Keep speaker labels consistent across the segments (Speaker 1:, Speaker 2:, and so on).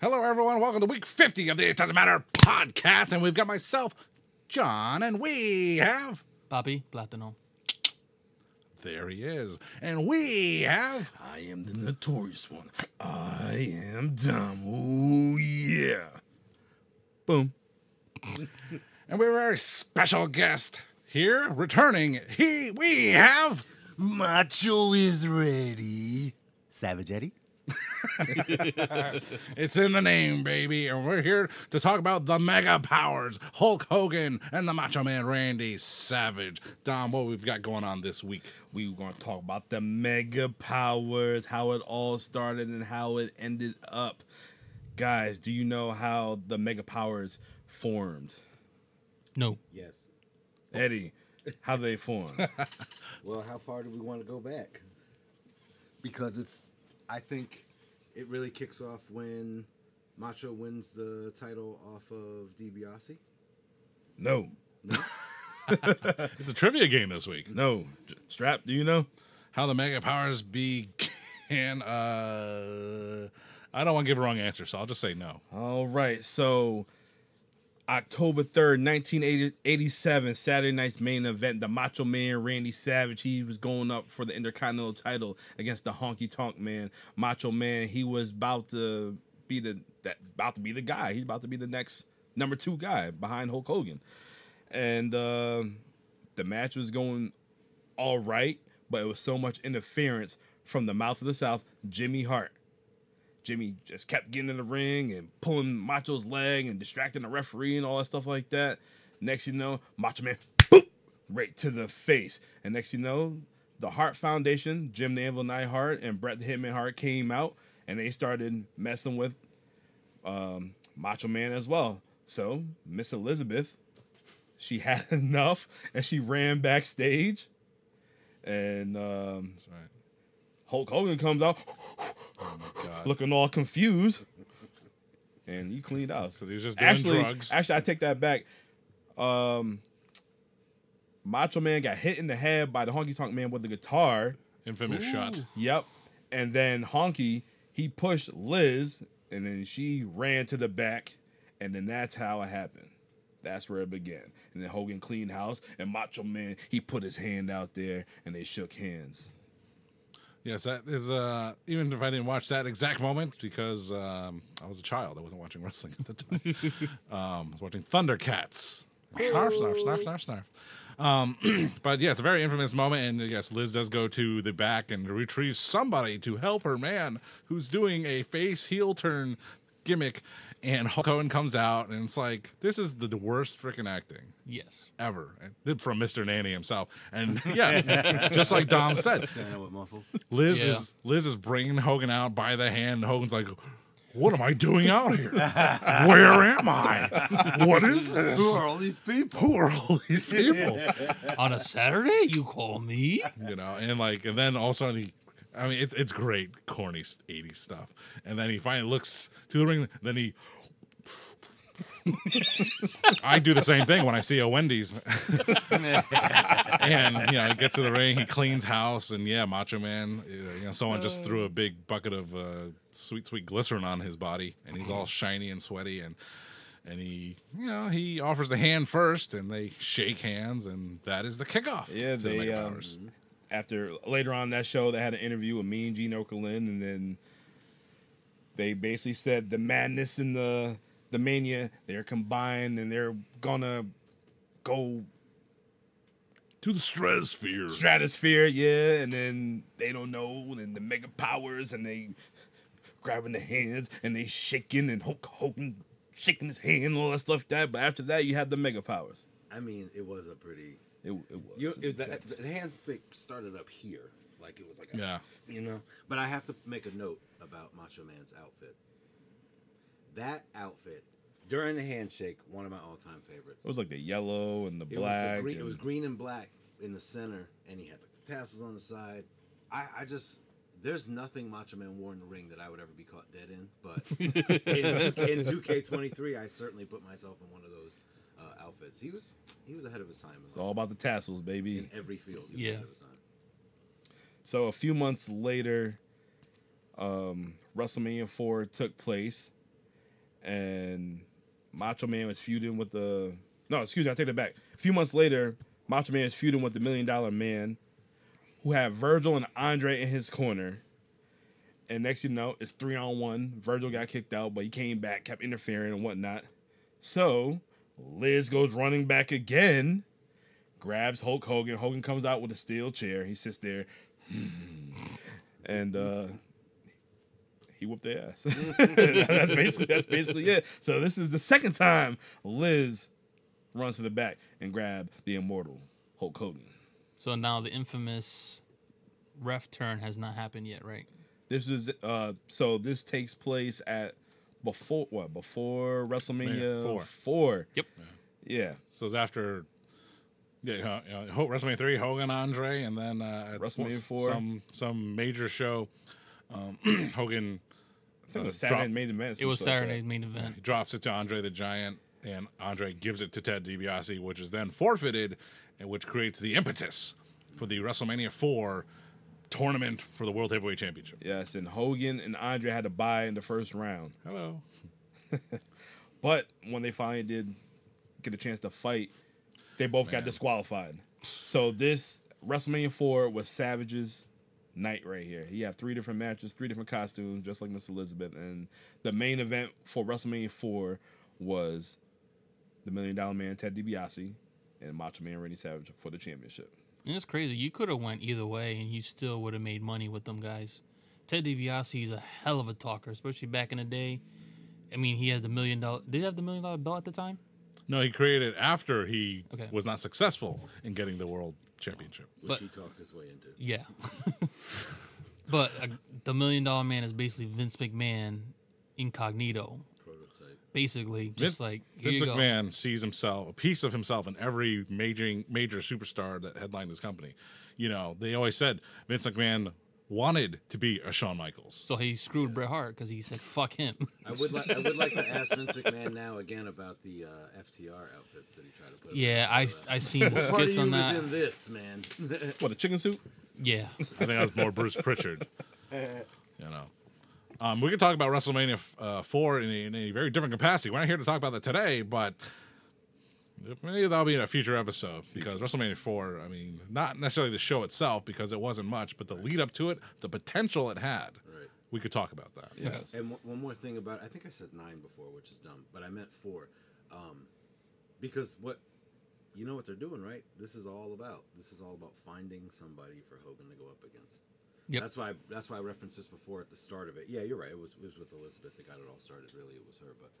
Speaker 1: Hello, everyone. Welcome to week 50 of the It Doesn't Matter podcast. And we've got myself, John, and we have.
Speaker 2: Bobby Platino.
Speaker 1: There he is. And we have.
Speaker 3: I am the notorious one. I am dumb. Oh yeah. Boom.
Speaker 1: And we have a very special guest here returning. He. We have.
Speaker 3: Macho is ready.
Speaker 4: Savage Eddie.
Speaker 1: It's in the name, baby. And we're here to talk about the mega powers Hulk Hogan and the Macho Man Randy Savage. Dom, what we've got going on this week?
Speaker 3: We were gonna talk about the mega powers, how it all started and how it ended up. Guys, do you know how the mega powers formed?
Speaker 2: No.
Speaker 5: Yes.
Speaker 3: Eddie, how they formed?
Speaker 5: Well, how far do we want to go back? Because it's, I think, it really kicks off when Macho wins the title off of DiBiase.
Speaker 3: no,
Speaker 1: It's a trivia game this week.
Speaker 3: no. J- Strap, do you know?
Speaker 1: how the mega powers began. Uh, I don't want to give a wrong answer, so I'll just say no.
Speaker 3: All right, so October 3rd, 1987, Saturday night's main event, the Macho Man Randy Savage. He was going up for the Intercontinental title against the Honky Tonk Man. Macho Man, he was about to be the that about to be the guy. He's about to be the next number 2 guy behind Hulk Hogan. And um the match was going all right, but it was so much interference from the mouth of the South, Jimmy Hart. Jimmy just kept getting in the ring and pulling Macho's leg and distracting the referee and all that stuff like that. Next you know, Macho Man, boop, right to the face. And next you know, the Hart Foundation, Jim the Anvil Neihart and Bret the Hitman Hart came out and they started messing with um, Macho Man as well. So Miss Elizabeth, she had enough and she ran backstage. And um,
Speaker 1: That's right. Oh
Speaker 3: Hulk Hogan comes out
Speaker 1: God.
Speaker 3: looking all confused. And you cleaned out.
Speaker 1: So he was just doing
Speaker 3: actually,
Speaker 1: drugs.
Speaker 3: actually, I take that back. Um, Macho Man got hit in the head by the Honky Tonk Man with the guitar.
Speaker 1: Infamous shot.
Speaker 3: Yep. And then Honky, he pushed Liz, and then she ran to the back, and then that's how it happened. That's where it began. And then Hogan cleaned house, and Macho Man, he put his hand out there, and they shook hands.
Speaker 1: Yes, that is. Uh, even if I didn't watch that exact moment because um, I was a child, I wasn't watching wrestling at the time. um, I was watching Thundercats. Snarf, snarf, snarf, snarf, snarf. Um, but yeah, it's a very infamous moment, and uh, yes, Liz does go to the back and retrieves somebody to help her man, who's doing a face heel turn gimmick, and Hulk Hogan comes out, and it's like this is the worst freaking acting
Speaker 2: Yes.
Speaker 1: ever and- from Mr. Nanny himself. And yeah, just like Dom said,
Speaker 5: Santa with muscles.
Speaker 1: Liz
Speaker 2: Yeah.
Speaker 1: is Liz is bringing Hogan out by the hand. And Hogan's like, "What am I doing out here? Where am I? What is this?
Speaker 5: Who are all these people?
Speaker 1: Who are all these people?"
Speaker 2: On a Saturday, you call me?
Speaker 1: You know, and like, and then all of a sudden he. I mean, it's it's great, corny '80s stuff. And then he finally looks to the ring. Then he. I do the same thing when I see a Wendy's. and you know, he gets to the ring, he cleans house, and yeah, Macho Man. uh, You know, someone just threw a big bucket of uh, sweet, sweet glycerin on his body, and he's all shiny and sweaty, and and he, you know, he offers the hand first, and they shake hands, and that is the kickoff.
Speaker 3: Yeah,
Speaker 1: to the
Speaker 3: they,
Speaker 1: Mega
Speaker 3: um,
Speaker 1: Powers.
Speaker 3: after later on that show they had an interview with me and Gene Okerlund and then they basically said the madness and the the mania they're combined and they're gonna go
Speaker 1: to the stratosphere.
Speaker 3: stratosphere yeah and then they don't know and then the mega powers and they grabbing the hands and they shaking and Hulk Hogan shaking his hand and all that stuff like that but after that you had the mega powers
Speaker 5: I mean, it was a pretty.
Speaker 3: it, it was
Speaker 5: You, it, the,
Speaker 3: intense.
Speaker 5: the handshake started up here, like it was like. a-
Speaker 1: Yeah.
Speaker 5: you know. But I have to make a note about Macho Man's outfit. That outfit during the handshake, one of my all-time favorites.
Speaker 3: it was like the yellow and the
Speaker 5: It was the
Speaker 3: black
Speaker 5: green- it was
Speaker 3: and-
Speaker 5: green and black in the center, and he had the tassels on the side. I, I just there's nothing Macho Man wore in the ring that I would ever be caught dead in. But in two K twenty three, I certainly put myself in one of those uh, outfits. He was he was ahead of his time
Speaker 3: it's all about the tassels baby
Speaker 5: in every field. He was
Speaker 2: Yeah.
Speaker 5: ahead of his time.
Speaker 3: So a few months later, um, WrestleMania 4 took place, and Macho Man was feuding with the no, excuse me, I take that back. A few months later, Macho Man is feuding with the Million Dollar Man, who had Virgil and Andre in his corner. And next you know, it's three on one. Virgil got kicked out, but he came back, kept interfering and whatnot. So Liz goes running back again, grabs Hulk Hogan. Hogan comes out with a steel chair. He sits there, and uh, he whooped their ass. that's basically that's basically it. So this is the second time Liz runs to the back and grab the immortal Hulk Hogan.
Speaker 2: So now the infamous ref turn has not happened yet, right?
Speaker 3: This is uh so this takes place at before what before WrestleMania
Speaker 1: four.
Speaker 3: four.
Speaker 2: Yep.
Speaker 3: Yeah.
Speaker 1: So it's after. Yeah, uh, uh, Ho- WrestleMania three, Hogan, Andre, and then uh, at
Speaker 3: WrestleMania
Speaker 1: once-
Speaker 3: 4.
Speaker 1: some some major show. Um, Hogan
Speaker 3: I think it was
Speaker 1: Uh,
Speaker 3: Saturday
Speaker 1: drop-
Speaker 3: main event.
Speaker 2: It was
Speaker 3: something like that.
Speaker 2: Saturday's main event.
Speaker 1: drops it to Andre the Giant, and Andre gives it to Ted DiBiase, which is then forfeited, and which creates the impetus for the WrestleMania four tournament for the World Heavyweight Championship.
Speaker 3: Yes, and Hogan and Andre had to buy in the first round.
Speaker 1: Hello.
Speaker 3: But when they finally did get a chance to fight, they both
Speaker 1: Man.
Speaker 3: got disqualified. So this WrestleMania 4 was Savage's night right here. He had three different matches, three different costumes, just like Miss Elizabeth. And the main event for WrestleMania 4 was the Million Dollar Man Ted DiBiase and Macho Man Randy Savage for the championship.
Speaker 2: And it's crazy. You could have went either way, and you still would have made money with them guys. Ted DiBiase is a hell of a talker, especially back in the day. I mean, he had the million dollar. Did he have the million dollar belt at the time?
Speaker 1: No, he created it after he
Speaker 2: Okay.
Speaker 1: was not successful in getting the World Championship.
Speaker 5: which
Speaker 2: But-
Speaker 5: he talked his way into.
Speaker 2: Yeah. but uh, the million dollar man is basically Vince McMahon incognito,
Speaker 5: Prototype.
Speaker 2: basically. Just like here
Speaker 1: Vince
Speaker 2: you go.
Speaker 1: McMahon sees himself a piece of himself in every major major superstar that headlined his company. You know, they always said Vince McMahon wanted to be a Shawn Michaels.
Speaker 2: So he screwed Bret Hart because he said "fuck him."
Speaker 5: I would like I would like to ask Vince McMahon now again about the uh, FTR outfits that he tried to put. on.
Speaker 2: yeah, I I seen the
Speaker 5: Part of
Speaker 2: skits
Speaker 5: you
Speaker 2: on
Speaker 5: was
Speaker 2: that.
Speaker 5: in this, man.
Speaker 3: What, a chicken suit?
Speaker 2: Yeah,
Speaker 1: I think that was more Bruce Pritchard. You know, um, we could talk about WrestleMania uh, four in a, in a very different capacity. We're not here to talk about that today, but maybe that'll be in a future episode because WrestleMania four. I mean, not necessarily the show itself because it wasn't much, but the lead up to it, the potential it had.
Speaker 5: right.
Speaker 1: We could talk about that.
Speaker 3: Yes.
Speaker 5: And one- one more thing about I think I said nine before, which is dumb, but I meant four, um, because what you know what they're doing, right? This is all about. This is all about finding somebody for Hogan to go up against.
Speaker 2: Yep.
Speaker 5: That's why that's why I referenced this before at the start of it. Yeah, you're right. It was it was with Elizabeth that got it all started. Really, it was her. But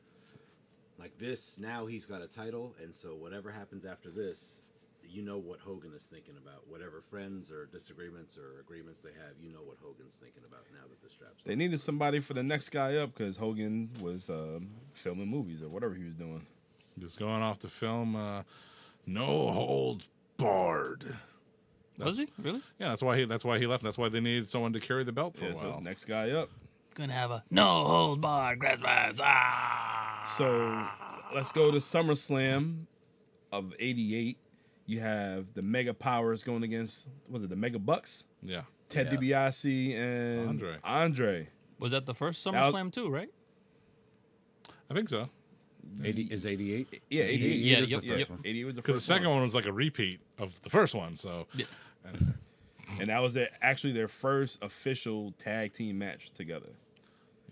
Speaker 5: like this, now he's got a title, and so whatever happens after this, you know what Hogan is thinking about. Whatever friends or disagreements or agreements they have, you know what Hogan's thinking about now that the strap's.
Speaker 3: They
Speaker 5: on.
Speaker 3: needed somebody for the next guy up because Hogan was um, filming movies or whatever he was doing.
Speaker 1: Just going off the film, uh, no holds barred.
Speaker 2: was he really
Speaker 1: Yeah, that's why he. That's why he left. That's why they needed someone to carry the belt for
Speaker 3: Yeah,
Speaker 1: a
Speaker 3: so
Speaker 1: while.
Speaker 3: next guy up.
Speaker 2: gonna have a no hold bar grasp bars, ah?
Speaker 3: So let's go to SummerSlam of '88. You have the Mega Powers going against was it the Mega Bucks?
Speaker 1: yeah,
Speaker 3: Ted
Speaker 5: Yeah.
Speaker 3: DiBiase and
Speaker 1: Andre.
Speaker 3: Andre.
Speaker 2: Was that the first
Speaker 3: That was-
Speaker 2: SummerSlam too? Right?
Speaker 1: I think so.
Speaker 5: 80, is 88?
Speaker 3: Yeah, '88.
Speaker 2: Yeah,
Speaker 3: was
Speaker 2: yep,
Speaker 3: the first
Speaker 2: yep.
Speaker 3: one. '88 was the
Speaker 1: Because
Speaker 3: first
Speaker 1: the second one. was like a repeat of the first one. So
Speaker 2: Yeah.
Speaker 3: and that was their, actually their first official tag team match together.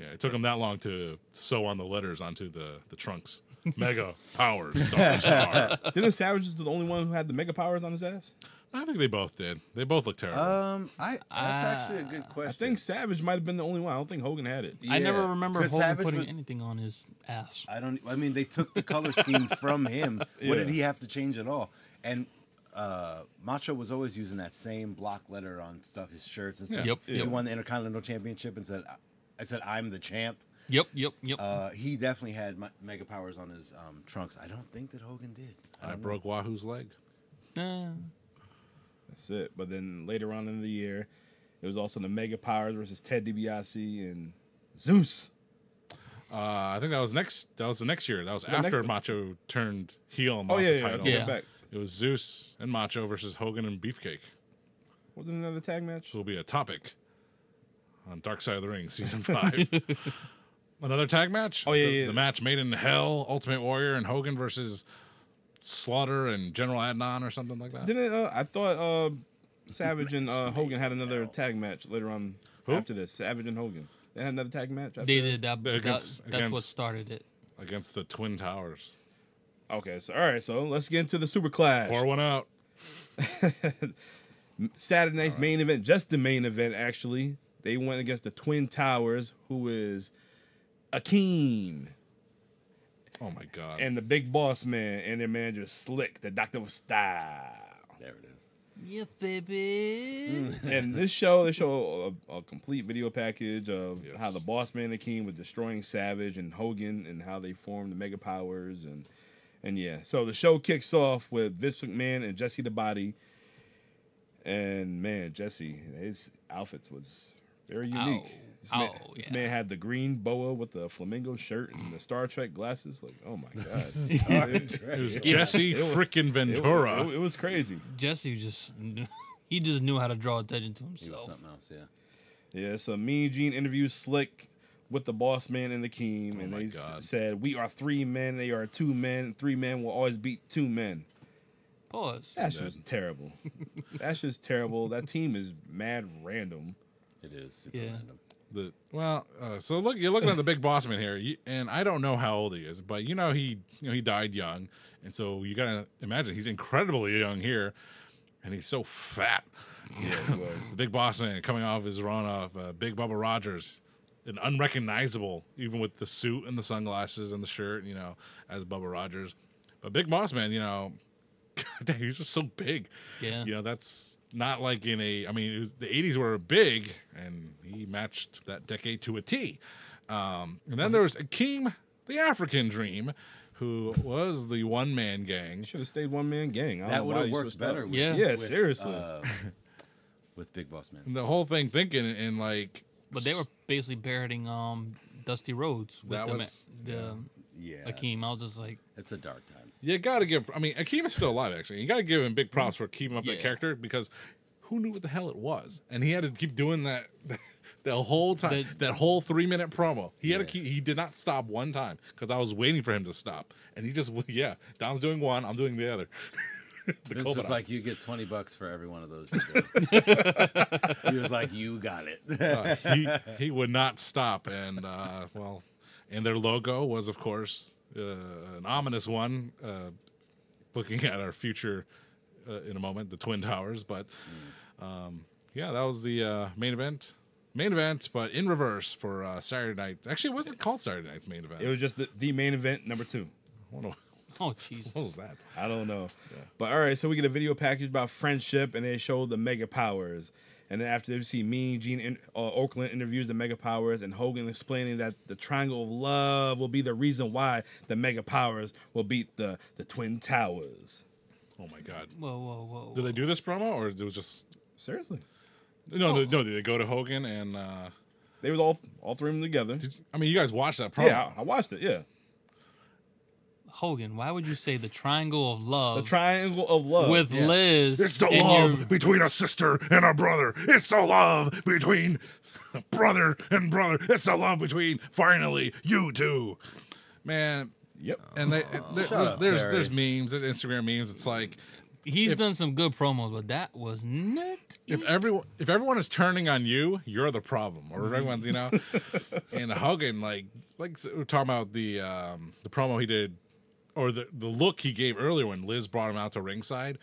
Speaker 1: yeah, it took him that long to sew on the letters onto the the trunks. Mega powers. Star, star.
Speaker 3: Didn't Savage was the only one who had the Mega Powers on his ass?
Speaker 1: I think they both did. They both look terrible.
Speaker 3: Uh,
Speaker 5: Um, I that's actually a good question.
Speaker 3: I think Savage might have been the only one. I don't think Hogan had it.
Speaker 2: I never remember
Speaker 5: Chris
Speaker 2: Hogan
Speaker 5: Savage
Speaker 2: putting
Speaker 5: was-
Speaker 2: anything on his ass.
Speaker 4: Uh,
Speaker 5: I don't. I mean, they took the color scheme from him. What did
Speaker 3: Yeah.
Speaker 5: he have to change at all? And uh, Macho was always using that same block letter on stuff, his shirts and stuff.
Speaker 2: Yep,
Speaker 5: He
Speaker 2: yep.
Speaker 5: won the Intercontinental Championship and said, "I said I'm the champ."
Speaker 2: Yep, yep, yep.
Speaker 5: Uh, he definitely had me- mega powers on his um, trunks. I don't think that Hogan did. I
Speaker 1: I
Speaker 5: don't know.
Speaker 1: broke Wahoo's leg.
Speaker 2: Nah.
Speaker 3: That's it. But then later on in the year, it was also the Mega Powers versus Ted DiBiase and Zeus.
Speaker 1: Uh, I think that was next. That was the next year. That was
Speaker 3: next-
Speaker 1: after Macho turned heel and
Speaker 3: Oh
Speaker 1: lost
Speaker 3: yeah,
Speaker 1: the
Speaker 3: yeah, I
Speaker 1: title.
Speaker 3: take
Speaker 2: Yeah.
Speaker 3: it back.
Speaker 1: It was Zeus and Macho versus Hogan and Beefcake.
Speaker 3: Was it another tag match?
Speaker 1: This will be a topic on Dark Side of the Ring season five. Another tag match?
Speaker 3: Oh, yeah,
Speaker 1: the,
Speaker 3: yeah.
Speaker 1: The match made in hell, Ultimate Warrior and Hogan versus Slaughter and General Adnan or something like that.
Speaker 3: Didn't uh, I thought uh, Savage and uh, Hogan had another tag match later on
Speaker 1: Who?
Speaker 3: after this? Savage and Hogan. They had another tag match. After
Speaker 2: They
Speaker 3: that?
Speaker 2: did that. that-
Speaker 1: Against-
Speaker 2: that's what
Speaker 1: against-
Speaker 2: started it.
Speaker 1: Against the Twin Towers.
Speaker 3: Okay, so all right, so let's get into the Super Clash.
Speaker 1: Pour one out.
Speaker 3: Saturday night's main event, just the main event actually. They went against the Twin Towers, who is Akeem
Speaker 1: Oh, my God.
Speaker 3: and the Big Boss Man and their manager Slick, the Doctor of Style.
Speaker 4: There it is.
Speaker 2: Yeah, baby.
Speaker 3: and this show, they show a, a complete video package of
Speaker 1: Yes.
Speaker 3: how the boss man, the king, was destroying Savage and Hogan, and how they formed the Mega Powers, and and yeah. So the show kicks off with Vince McMahon and Jesse the Body, and man, Jesse, his outfits was very unique. This, man,
Speaker 2: Ow,
Speaker 3: this
Speaker 2: yeah.
Speaker 3: man had the green boa with the flamingo shirt and the Star Trek glasses. Like, oh my god, it,
Speaker 1: it was Jesse frickin' Ventura.
Speaker 3: it was crazy.
Speaker 2: Jesse just knew, he just knew how to draw attention to
Speaker 4: He was
Speaker 2: himself.
Speaker 4: something else, yeah.
Speaker 3: Yeah, so Mean Gene interviews Slick with the boss man and the team, and
Speaker 1: my
Speaker 3: they s-
Speaker 1: God.
Speaker 3: said, "We are three men. They are two men. Three men will always beat two men."
Speaker 2: Pause.
Speaker 3: That shit's terrible. That shit's terrible. That team is mad random.
Speaker 4: It is super
Speaker 2: Yeah.
Speaker 4: random.
Speaker 1: The well, uh, so look, you're looking at the big boss man here, you, and I don't know how old he is, but you know he, you know he died young, and so you gotta imagine he's incredibly young here, and he's so fat.
Speaker 3: Yeah, it was.
Speaker 1: The big boss man coming off his run off uh, Big Bubba Rogers, and unrecognizable even with the suit and the sunglasses and the shirt, you know, as Bubba Rogers. But Big Boss Man, you know, God dang, he's just so big.
Speaker 2: Yeah.
Speaker 1: You know, that's not like in a. I mean, it was, the '80s were big, and he matched that decade to a T. Um, and then there was Akeem, the African Dream, who was the one man gang.
Speaker 3: Should have stayed one man gang. I don't
Speaker 4: That
Speaker 3: know
Speaker 4: would
Speaker 3: why
Speaker 4: have
Speaker 3: they
Speaker 4: worked
Speaker 3: switched up.
Speaker 4: better. With,
Speaker 2: Yeah.
Speaker 3: Yeah,
Speaker 4: with,
Speaker 3: seriously.
Speaker 4: uh, with Big Boss Man.
Speaker 1: And the whole thing thinking and like,
Speaker 2: But they were basically parroting um Dusty Rhodes with
Speaker 1: That
Speaker 2: the, ma-
Speaker 1: was-
Speaker 2: the um,
Speaker 4: Yeah.
Speaker 2: Akeem. I was just like,
Speaker 4: It's a dark time.
Speaker 1: you got to give. I mean, Akeem is still alive actually. You got to give him big props for keeping up
Speaker 2: Yeah.
Speaker 1: that character because who knew what the hell it was, and he had to keep doing that. The whole time,
Speaker 2: That-
Speaker 1: that whole three minute promo, he had
Speaker 4: Yeah.
Speaker 1: to keep. He did not stop one time because I was waiting for him to stop, and he just, yeah, Dom's doing one, I'm doing the other. the
Speaker 4: Vince was
Speaker 1: Kobanak.
Speaker 4: like, you get 20 bucks for every one of those. you do." he was like, you got it.
Speaker 1: Uh, he he would not stop, and uh, well, and their logo was, of course, uh, an ominous one. Uh, looking at our future uh, in a moment, the twin towers. But um, yeah, that was the uh, main event. Main event, but in reverse for uh, Saturday night. Actually, it wasn't called Saturday night's main event.
Speaker 3: It was just the, the main event number two.
Speaker 1: I don't know-
Speaker 2: oh Jesus.
Speaker 1: what was that?
Speaker 3: I don't know. But all right, so we get a video package about friendship, and they show the mega powers. And then after we see Mean Gene in, uh, Oakland interviews the mega powers, and Hogan explaining that the Triangle of Love will be the reason why the mega powers will beat the the Twin Towers.
Speaker 1: Oh my god!
Speaker 2: Whoa, whoa, whoa.
Speaker 1: Did they do this promo, or it was just
Speaker 3: Seriously,
Speaker 1: no?
Speaker 3: Oh.
Speaker 1: no, no, did they go to Hogan and? Uh,
Speaker 3: they was all all three of them together.
Speaker 1: I mean, you guys watched that promo.
Speaker 3: Yeah, I, I watched it. Yeah,
Speaker 2: Hogan, why would you say the triangle of love
Speaker 3: the Triangle of Love
Speaker 2: with
Speaker 3: yeah.
Speaker 2: Liz?
Speaker 1: It's the
Speaker 2: in your-
Speaker 1: love between a sister and a brother. It's the love between brother and brother. It's the love between finally you two. Man,
Speaker 3: Yep.
Speaker 1: and they, there-
Speaker 4: Oh, Shut
Speaker 1: there's,
Speaker 4: up,
Speaker 1: there's
Speaker 4: Terry.
Speaker 1: there's memes, there's Instagram memes. It's like
Speaker 2: he's done some good promos, but that was not.
Speaker 1: if everyone if everyone is turning on you, you're the problem, or
Speaker 4: Mm-hmm.
Speaker 1: if everyone's you know. and Hogan, like like s- we're talking about the um, the promo he did, or the the look he gave earlier when Liz brought him out to ringside.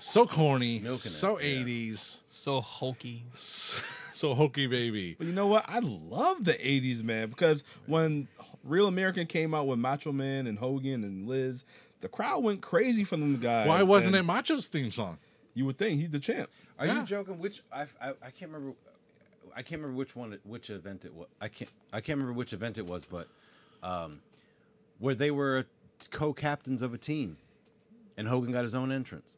Speaker 1: So corny,
Speaker 4: Milking it,
Speaker 1: so
Speaker 4: yeah.
Speaker 1: 80s.
Speaker 2: so hulky.
Speaker 1: So hokey baby.
Speaker 3: But you know what? I love the '80s, man, because when Real American came out with Macho Man and Hogan and Liz, the crowd went crazy for them guys.
Speaker 1: Why wasn't it
Speaker 3: and
Speaker 1: Macho's theme song?
Speaker 3: You would think he's the champ.
Speaker 4: Are
Speaker 1: Yeah.
Speaker 4: you joking? Which I, I I can't remember. I can't remember which one, it- which event it was. I can't I can't remember which event it was, but um, where they were co-captains of a team, and Hogan got his own entrance.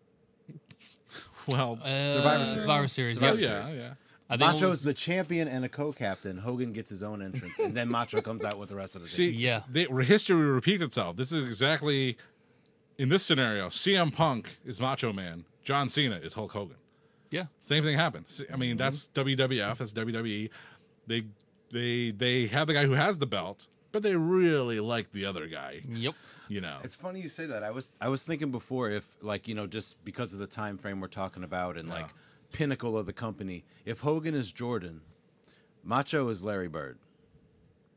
Speaker 1: Well,
Speaker 2: Uh,
Speaker 4: Survivor Series.
Speaker 2: Survivor Series.
Speaker 1: oh
Speaker 4: Survivor
Speaker 2: yeah.
Speaker 1: yeah,
Speaker 4: Series.
Speaker 1: yeah.
Speaker 2: I think it
Speaker 4: Macho's
Speaker 2: was-
Speaker 4: the champion and a co-captain. Hogan gets his own entrance, and then Macho comes out with the rest of the
Speaker 1: See,
Speaker 4: team.
Speaker 2: Yeah.
Speaker 1: they, history repeats itself. This is exactly in this scenario. CM Punk is Macho Man. John Cena is Hulk Hogan.
Speaker 2: yeah.
Speaker 4: Mm-hmm.
Speaker 1: Same thing happened. See, I mean, that's WWF. That's WWE. E. They they they have the guy who has the belt, but they really like the other guy.
Speaker 2: Yep.
Speaker 1: You know,
Speaker 4: It's funny you say that. I was I was thinking before if like you know just because of the time frame we're talking about and like pinnacle of the company. If Hogan is Jordan, Macho is Larry Bird.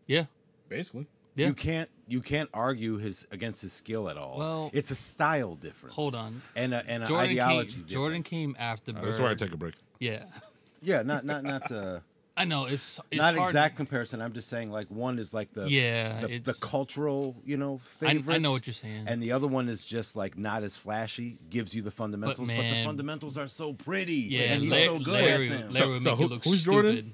Speaker 2: Yeah.
Speaker 3: Basically.
Speaker 2: Yeah.
Speaker 4: You can't you can't argue his against his skill at all.
Speaker 2: Well-
Speaker 4: it's a style difference.
Speaker 2: Hold on.
Speaker 4: And a, and an
Speaker 2: Jordan
Speaker 4: ideology.
Speaker 2: came,
Speaker 4: difference.
Speaker 2: Jordan came after Bird.
Speaker 1: Uh, that's where I take a break.
Speaker 2: Yeah.
Speaker 4: Yeah, not not not uh,
Speaker 2: I know it's, it's
Speaker 4: not
Speaker 2: hard.
Speaker 4: exact comparison. I'm just saying like one is like the
Speaker 2: Yeah,
Speaker 4: the, the
Speaker 2: it's-
Speaker 4: cultural you know
Speaker 2: I,
Speaker 4: favorite.
Speaker 2: I know what you're saying.
Speaker 4: And the other one is just like not as flashy, gives you the fundamentals, but, the
Speaker 2: man-
Speaker 4: fundamentals are so pretty.
Speaker 2: yeah,
Speaker 4: and he's
Speaker 2: Larry,
Speaker 4: so good
Speaker 2: Larry,
Speaker 4: at them.
Speaker 2: Larry
Speaker 4: So,
Speaker 2: would
Speaker 1: so
Speaker 2: make
Speaker 1: who-
Speaker 2: you look
Speaker 1: who's
Speaker 2: stupid.
Speaker 1: Jordan?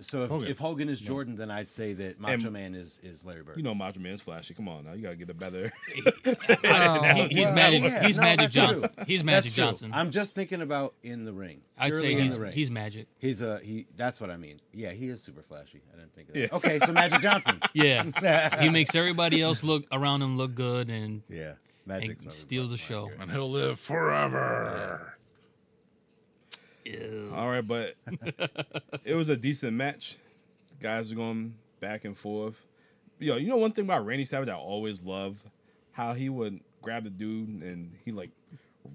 Speaker 4: if,
Speaker 1: Hogan.
Speaker 4: if Hogan is Jordan, then I'd say that Macho
Speaker 3: And-
Speaker 4: Man is, is Larry Bird.
Speaker 3: You know Macho Man's flashy. Come on now. You gotta get a better
Speaker 2: I- he- he's
Speaker 4: Well,
Speaker 2: Magic.
Speaker 4: yeah,
Speaker 2: he's
Speaker 4: no,
Speaker 2: Magic
Speaker 4: that's true.
Speaker 2: Johnson. He's
Speaker 4: That's
Speaker 2: Magic
Speaker 4: true.
Speaker 2: Johnson.
Speaker 4: I'm just thinking about in the ring.
Speaker 2: I'd
Speaker 4: Purely
Speaker 2: say
Speaker 4: in
Speaker 2: he's
Speaker 4: the ring.
Speaker 2: he's Magic.
Speaker 4: He's a he. That's what I mean. Yeah, he is super flashy. I didn't think of that.
Speaker 3: Yeah.
Speaker 4: Okay, so Magic Johnson.
Speaker 2: Yeah, he makes everybody else look around him look good and,
Speaker 4: Yeah,
Speaker 2: and
Speaker 4: Magic
Speaker 2: steals the show.
Speaker 1: And he'll live forever.
Speaker 2: Ew.
Speaker 3: All right, but it was a decent match. Guys are going back and forth. Yo, you know one thing about Randy Savage I always loved? How he would grab the dude and he like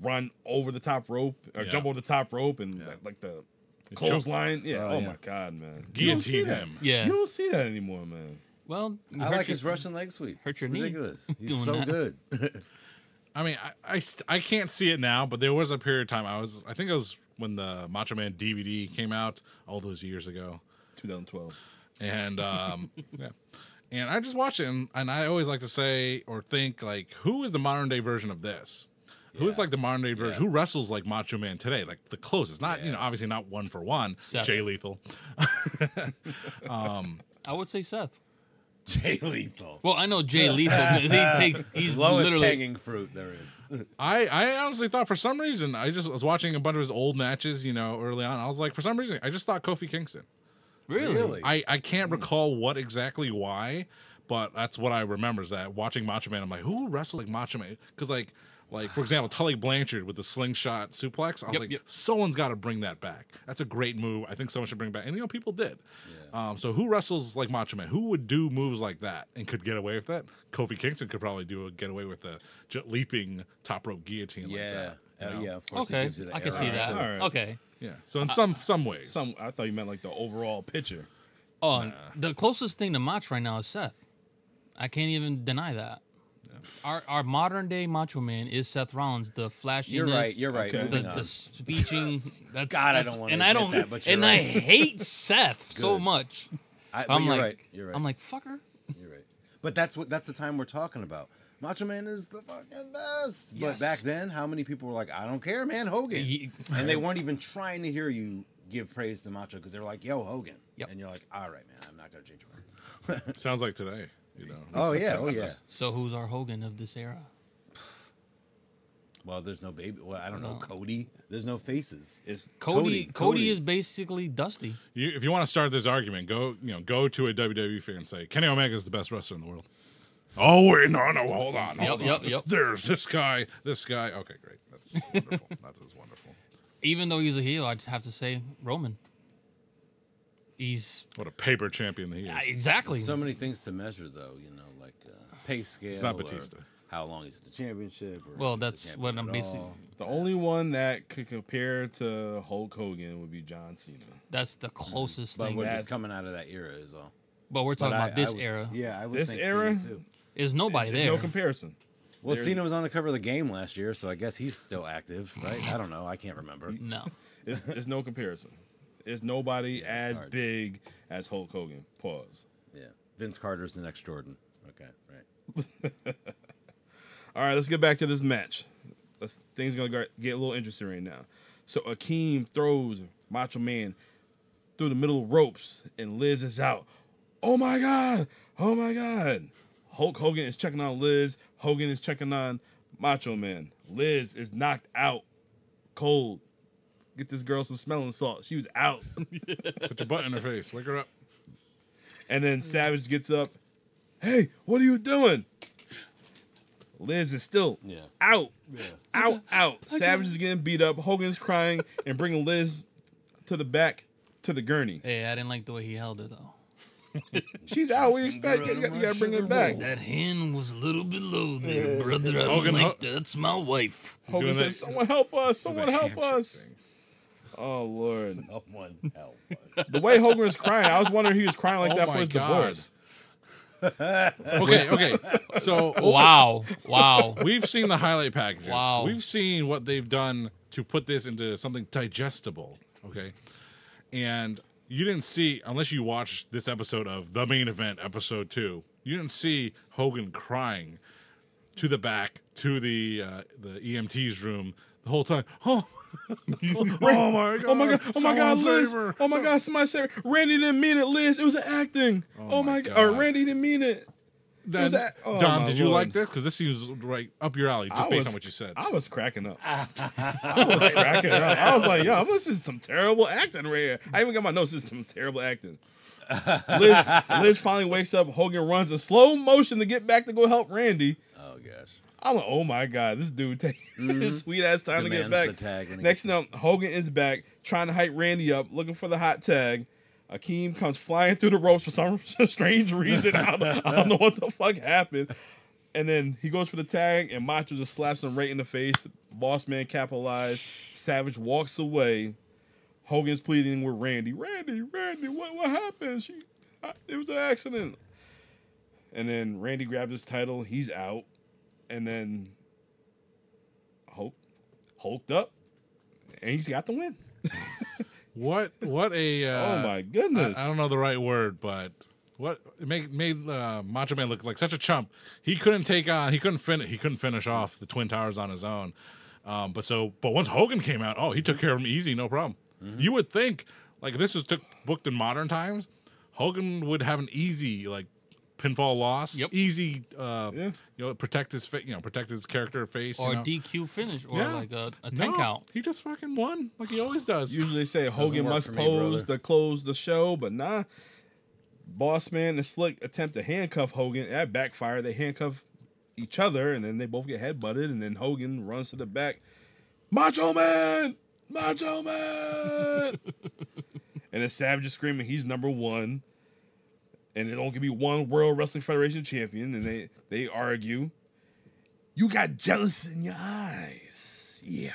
Speaker 3: run over the top rope or
Speaker 1: Yeah.
Speaker 3: jump over the top rope and like, like the clothesline. Yeah.
Speaker 4: Oh,
Speaker 3: Oh,
Speaker 4: yeah.
Speaker 3: my god, man. You don't see
Speaker 1: Guillotine
Speaker 3: that.
Speaker 1: him.
Speaker 2: Yeah.
Speaker 3: You don't see that anymore, man.
Speaker 2: Well, you
Speaker 4: I
Speaker 2: hurt
Speaker 4: like
Speaker 2: your-
Speaker 4: his Russian leg sweep.
Speaker 2: hurt
Speaker 4: It's
Speaker 2: your knee.
Speaker 4: ridiculous. He's
Speaker 2: Doing
Speaker 4: so
Speaker 2: that.
Speaker 4: good.
Speaker 1: I mean, I, I, st- I can't see it now, but there was a period of time I was I think it was when the Macho Man DVD came out all those years ago,
Speaker 3: 2012.
Speaker 1: and um, yeah, and I just watched it, and, and I always like to say or think like, who is the modern day version of this? Who's like the modern day version? Who wrestles like Macho Man today? Like the closest, not you know, obviously not one for one.
Speaker 2: Seth.
Speaker 1: Jay Lethal,
Speaker 2: I would say Seth.
Speaker 4: Jay Lethal.
Speaker 2: Well, I know Jay Lethal. but He takes. He's
Speaker 4: Lowest
Speaker 2: literally.
Speaker 4: hanging fruit there is.
Speaker 1: I, I honestly thought for some reason I just was watching a bunch of his old matches, you know, early on. I was like, for some reason, I just thought Kofi Kingston.
Speaker 2: Really?
Speaker 4: Really?
Speaker 1: I, I can't recall what exactly why, but that's what I remember is that watching Macho Man, I'm like, who wrestled like Macho Man? Because like like for example, Tully Blanchard with the slingshot suplex. I was
Speaker 2: Yep,
Speaker 1: like,
Speaker 2: yep.
Speaker 1: someone's got to bring that back. That's a great move. I think someone should bring it back, and you know people did. Um, so who wrestles like Macho Man? Who would do moves like that and could get away with that? Kofi Kingston could probably do a, get away with the j- leaping top rope guillotine
Speaker 4: yeah.
Speaker 1: like that. you
Speaker 4: Oh,
Speaker 1: know?
Speaker 4: yeah, of course. he
Speaker 2: Okay.
Speaker 4: gives you the
Speaker 2: I can
Speaker 4: arrow.
Speaker 2: see
Speaker 3: All right,
Speaker 2: that.
Speaker 3: all right.
Speaker 2: Okay.
Speaker 1: yeah. So in some some ways,
Speaker 3: Some I thought you meant like the overall picture.
Speaker 2: Oh, the closest thing to Mach right now is Seth. I can't even deny that. Our our modern day Macho Man is Seth Rollins. The flashiness.
Speaker 4: You're right. You're right.
Speaker 3: Okay.
Speaker 2: the,
Speaker 4: Moving
Speaker 2: the
Speaker 4: on.
Speaker 2: speeching. That's,
Speaker 4: God, I
Speaker 2: that's-
Speaker 4: don't wanna
Speaker 2: And I
Speaker 4: admit
Speaker 2: don't.
Speaker 4: that, but you're
Speaker 2: and I
Speaker 4: right.
Speaker 2: hate Seth so
Speaker 4: Good.
Speaker 2: much.
Speaker 4: I, but
Speaker 2: I'm
Speaker 4: you're
Speaker 2: like,
Speaker 4: right. You're right.
Speaker 2: I'm like, fucker.
Speaker 4: You're right. But that's what that's the time we're talking about. Macho Man is the fucking best. But
Speaker 2: Yes.
Speaker 4: back then, how many people were like, "I don't care, man, Hogan,"
Speaker 2: Ye-
Speaker 4: and they weren't even trying to hear you give praise to Macho because they were like, "Yo, Hogan,"
Speaker 2: Yep.
Speaker 4: and you're like, "All right, man, I'm not gonna change your mind."
Speaker 1: sounds like today. You know.
Speaker 4: Oh yeah, oh yeah.
Speaker 2: So who's our Hogan of this era?
Speaker 4: Well, there's no baby. Well, I don't know,
Speaker 2: No.
Speaker 4: Cody. There's no faces.
Speaker 3: It's
Speaker 2: Cody. Cody,
Speaker 4: Cody.
Speaker 2: is basically Dusty.
Speaker 1: You, if you want to start this argument, go you know go to a WWE fan and say Kenny Omega is the best wrestler in the world. Oh wait, no, no, hold on, hold
Speaker 2: Yep,
Speaker 1: on.
Speaker 2: yep, yep.
Speaker 1: There's this guy, this guy. Okay, great. That's wonderful. that is wonderful.
Speaker 2: Even though he's a heel, I just have to say Roman. He's
Speaker 1: What a paper champion he is.
Speaker 2: exactly.
Speaker 4: So many things to measure, though. You know, like uh, pay scale.
Speaker 1: not
Speaker 4: or
Speaker 1: Batista.
Speaker 4: How long is the championship? Or
Speaker 2: well,
Speaker 4: is the
Speaker 2: that's
Speaker 4: champion
Speaker 2: what
Speaker 4: at
Speaker 2: I'm basically.
Speaker 4: all?
Speaker 3: the only one that could compare to Hulk Hogan would be John Cena.
Speaker 2: That's the closest
Speaker 4: But
Speaker 2: thing.
Speaker 4: we're
Speaker 3: That's-
Speaker 4: just coming out of that era, is all.
Speaker 2: but we're
Speaker 4: But
Speaker 2: talking
Speaker 4: I-
Speaker 2: about this
Speaker 4: I would-
Speaker 2: era.
Speaker 4: Yeah, I would
Speaker 3: This
Speaker 4: think Cena,
Speaker 3: era?
Speaker 4: too.
Speaker 2: There's nobody
Speaker 3: There's
Speaker 2: there.
Speaker 3: no comparison.
Speaker 4: Well,
Speaker 3: There's-
Speaker 4: Cena was on the cover of the game last year, so I guess he's still active, right? I don't know. I can't remember.
Speaker 2: no.
Speaker 3: There's, there's no comparison. There's nobody as
Speaker 4: hard.
Speaker 3: big as Hulk Hogan. Pause.
Speaker 4: Yeah. Vince Carter's the next Jordan. Okay, right.
Speaker 3: All right, let's get back to this match. Let's, things gonna gar- get a little interesting right now. So Akeem throws Macho Man through the middle ropes, and Liz is out. Oh my god! Oh my god! Hulk Hogan is checking on Liz. Hogan is checking on Macho Man. Liz is knocked out, cold. Get this girl some smelling salt. She was out.
Speaker 1: Put your butt in her face. Wake her up.
Speaker 3: And
Speaker 1: Mm.
Speaker 3: then Savage gets up. Hey, what are you doing? Liz is still
Speaker 4: Yeah.
Speaker 3: out, out, out. Savage is getting beat up. Hogan's crying and bringing Liz to the back to the gurney.
Speaker 2: Hey, I didn't like the way he held her though.
Speaker 3: She's out. We expect you, gotta- you gotta bring her back.
Speaker 2: That hen was a little below there, brother. I
Speaker 1: Hogan,
Speaker 2: like
Speaker 1: ho-
Speaker 2: that's my wife.
Speaker 3: Hogan
Speaker 1: Doing
Speaker 3: says,
Speaker 1: that-
Speaker 3: "Someone help us! Someone
Speaker 1: that
Speaker 3: help
Speaker 1: hamster
Speaker 3: us!"
Speaker 1: thing.
Speaker 3: Oh Lord!
Speaker 4: Someone help.
Speaker 3: The way Hogan was crying, I was wondering if he was crying like
Speaker 1: oh
Speaker 3: that for
Speaker 1: my
Speaker 3: his
Speaker 1: god.
Speaker 3: divorce.
Speaker 1: okay, okay. So
Speaker 2: Wow. Wow.
Speaker 1: We've seen the highlight packages.
Speaker 2: Wow.
Speaker 1: We've seen what they've done to put this into something digestible. Okay. And you didn't see, unless you watched this episode of the main event, episode two, you didn't see Hogan crying to the back to the uh, the EMT's room the whole time. Oh, oh my god!
Speaker 3: Oh my god! Oh my god,
Speaker 1: someone
Speaker 3: Liz!
Speaker 1: save her.
Speaker 3: Oh my god! Somebody said Randy didn't mean it, Liz. It was acting. Oh,
Speaker 1: my
Speaker 3: my god! Or
Speaker 1: God.
Speaker 3: Randy didn't mean it.
Speaker 1: Then,
Speaker 3: that- oh
Speaker 1: Dom,
Speaker 3: my
Speaker 1: did you
Speaker 3: lord.
Speaker 1: like this? Because this seems right up your alley, just
Speaker 3: I
Speaker 1: based
Speaker 3: was-
Speaker 1: on what you said.
Speaker 3: I was cracking up. I was cracking up. I was like, yo, I'm listening to some terrible acting right here. I even got my notes. This is some terrible acting. Liz, Liz finally wakes up. Hogan runs in slow motion to get back to go help Randy.
Speaker 4: Oh gosh.
Speaker 3: I'm like, oh my god, this dude taking his sweet ass time to get
Speaker 4: Demands
Speaker 3: back.
Speaker 4: the tag when he
Speaker 3: Next
Speaker 4: gets
Speaker 3: up, Hogan is back trying to hype Randy up, looking for the hot tag. Akeem comes flying through the ropes for some strange reason. I don't, I don't know what the fuck happened. And then he goes for the tag, and Macho just slaps him right in the face. Boss man capitalized. Savage walks away. Hogan's pleading with Randy. Randy, Randy, what what happened? She, I, it was an accident. And then Randy grabs his title. He's out. And then Hulk, hulked up, and he's got the win.
Speaker 1: What what a uh,
Speaker 3: oh my goodness!
Speaker 1: I, I don't know the right word, but what it made made uh, Macho Man look like such a chump. He couldn't take on. He couldn't finish. He couldn't finish off the Twin Towers on his own. Um, but so, but once Hogan came out, oh, he took care of him easy, no problem. You would think like this was took booked in modern times, Hogan would have an easy like pinfall loss,
Speaker 2: Yep.
Speaker 1: easy, uh,
Speaker 3: Yeah.
Speaker 1: you know, protect his fa- you know protect his character face
Speaker 2: Or
Speaker 1: you know.
Speaker 2: DQ finish or
Speaker 1: Yeah.
Speaker 2: like a, a
Speaker 1: No,
Speaker 2: 10 count.
Speaker 1: He just fucking won like he always does.
Speaker 3: Usually say Hogan
Speaker 4: work
Speaker 3: must
Speaker 4: for me,
Speaker 3: pose
Speaker 4: brother.
Speaker 3: to close the show, but nah. Boss man and Slick attempt to handcuff Hogan. That backfired. They handcuff each other, and then they both get headbutted, and then Hogan runs to the back. Macho Man! Macho Man! and then Savage is screaming, he's number one. And it only can be one World Wrestling Federation champion. And they, they argue. You got jealous in your eyes. Yeah.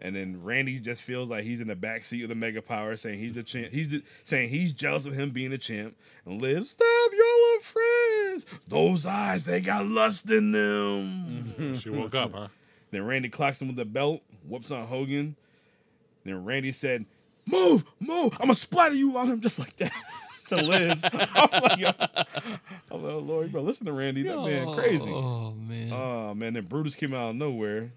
Speaker 3: And then Randy just feels like he's in the backseat of the Mega Power, saying he's the champ. He's the, saying he's jealous of him being a champ. And Liz, stop, y'all are friends. Those eyes, they got lust in them.
Speaker 1: she woke up, huh?
Speaker 3: Then Randy clocks him with the belt, whoops on Hogan. Then Randy said, Move, move, I'm gonna splatter you on him just like that to Liz. I'm like, yo. I'm like, oh, Lord, bro, listen to Randy, that man crazy.
Speaker 2: Oh, man.
Speaker 3: Oh man, then Brutus came out of nowhere.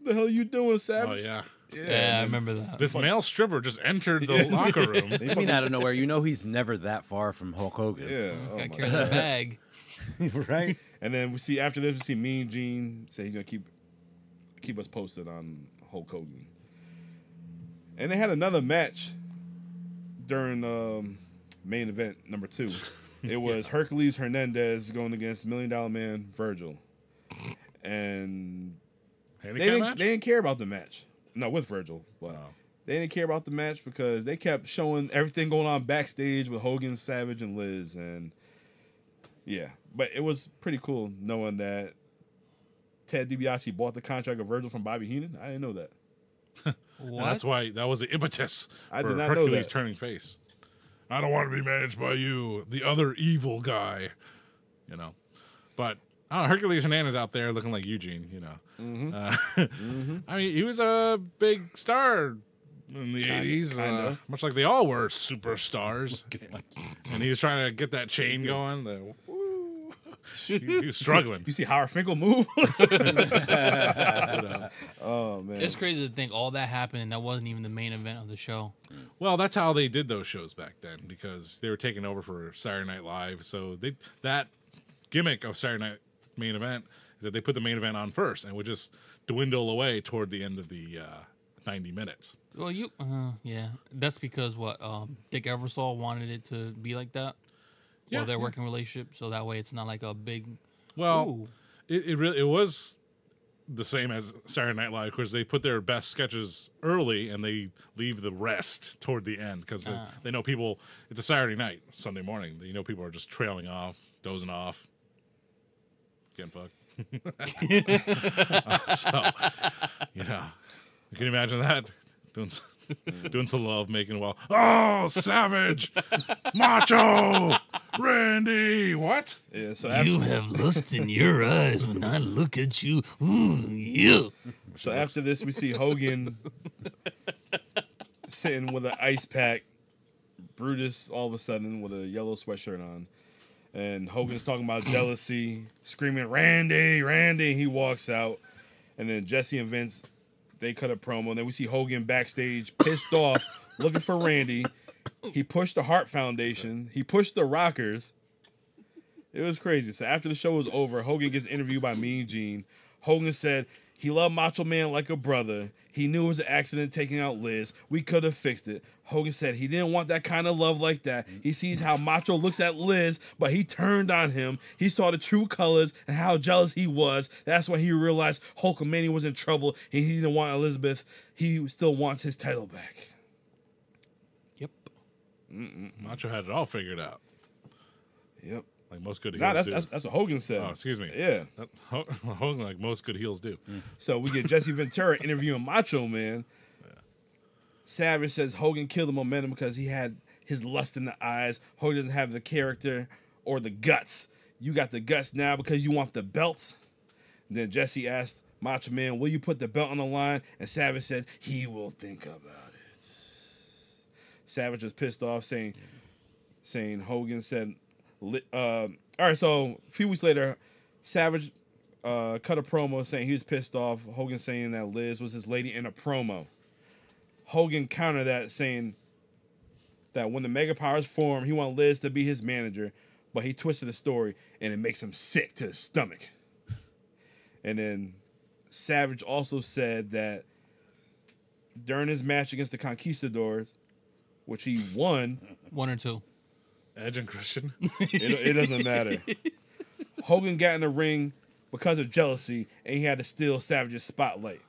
Speaker 3: What the hell you doing,
Speaker 1: Oh
Speaker 3: Savage?
Speaker 1: yeah.
Speaker 2: yeah, I remember that.
Speaker 1: This male stripper just entered the locker room.
Speaker 4: I mean, out of nowhere, you know he's never that far from Hulk Hogan,
Speaker 3: Yeah.
Speaker 2: Mm,
Speaker 3: oh,
Speaker 2: Got
Speaker 3: my
Speaker 2: carried a bag.
Speaker 4: right?
Speaker 3: And then we see after this, we see Mean Gene say he's gonna keep keep us posted on Hulk Hogan. And they had another match during um, main event number two. It was Hercules Hernandez going against Million Dollar Man Virgil, and they
Speaker 1: Handicap
Speaker 3: didn't
Speaker 1: match?
Speaker 3: they didn't care about the match. No, with Virgil, but
Speaker 1: Oh.
Speaker 3: they didn't care about the match because they kept showing everything going on backstage with Hogan, Savage, and Liz, and yeah. But it was pretty cool knowing that Ted DiBiase bought the contract of Virgil from Bobby Heenan. I didn't know that.
Speaker 2: What?
Speaker 1: And that's why that was the impetus
Speaker 3: I
Speaker 1: for
Speaker 3: did not know
Speaker 1: Hercules
Speaker 3: that.
Speaker 1: turning face. I don't want to be managed by you, the other evil guy. You know, but I don't know, Hercules Hernandez out there looking like Eugene. You know,
Speaker 3: Mm-hmm.
Speaker 1: Uh, I mean, he was a big star in the eighties, uh,
Speaker 3: kinda.
Speaker 1: much like they all were superstars. and he was trying to get that chain going. The, woo. he, he was struggling.
Speaker 3: You see Howard Finkel move? oh man.
Speaker 2: It's crazy to think all that happened and that wasn't even the main event of the show.
Speaker 1: Well, that's how they did those shows back then because they were taking over for Saturday Night Live. So they that gimmick of Saturday Night main event is that they put the main event on first and would just dwindle away toward the end of the uh, ninety minutes.
Speaker 2: Well, you, uh, yeah, that's because what um, Dick Eversole wanted it to be like that.
Speaker 1: Yeah,
Speaker 2: or their
Speaker 1: yeah.
Speaker 2: working relationship, so that way it's not like a big.
Speaker 1: Well,
Speaker 2: Ooh.
Speaker 1: it, it really it was the same as Saturday Night Live, because they put their best sketches early and they leave the rest toward the end because they know people. It's a Saturday night, Sunday morning. You know people are just trailing off, dozing off, getting fucked. so, you know, you can imagine that doing s- doing some love making while oh savage, macho, Randy, what?
Speaker 3: Yeah, so after,
Speaker 2: You have lust in your eyes when I look at you. Ooh, you.
Speaker 3: so after this, we see Hogan sitting with an ice pack. Brutus, all of a sudden, with a yellow sweatshirt on, and Hogan's talking about jealousy, screaming "Randy, Randy!" He walks out, and then Jesse and Vince they cut a promo. And then we see Hogan backstage, pissed off, looking for Randy. He pushed the Hart Foundation. He pushed the Rockers. It was crazy. So after the show was over, Hogan gets interviewed by Mean Gene. Hogan said he loved Macho Man like a brother. He knew it was an accident taking out Liz. We could have fixed it. Hogan said he didn't want that kind of love like that. He sees how Macho looks at Liz, but he turned on him. He saw the true colors and how jealous he was. That's when he realized Hulkamania was in trouble and he didn't want Elizabeth. He still wants his title back.
Speaker 2: Yep.
Speaker 1: Macho had it all figured out,
Speaker 3: Yep.
Speaker 1: like most good heels
Speaker 3: Nah, that's,
Speaker 1: do.
Speaker 3: that's, that's what Hogan said.
Speaker 1: oh, excuse me.
Speaker 3: Yeah.
Speaker 1: That- Ho- Hogan, like most good heels do.
Speaker 3: So we get Jesse Ventura interviewing Macho Man. Savage says Hogan killed the momentum because he had his lust in the eyes. Hogan doesn't have the character or the guts. You got the guts now because you want the belts. then Jesse asked Macho Man, "Will you put the belt on the line?" And Savage said, "He will think about it." Savage was pissed off, saying, saying Hogan said, li- uh, "All right." So a few weeks later, Savage uh, cut a promo saying he was pissed off. Hogan saying that Liz was his lady in a promo. Hogan countered that saying that when the Mega Powers formed, he wanted Liz to be his manager, but he twisted the story and it makes him sick to his stomach. And then Savage also said that during his match against the Conquistadors, which he won,
Speaker 2: One or two.
Speaker 1: Edge and Christian.
Speaker 3: it, it doesn't matter. Hogan got in the ring because of jealousy, and he had to steal Savage's spotlight.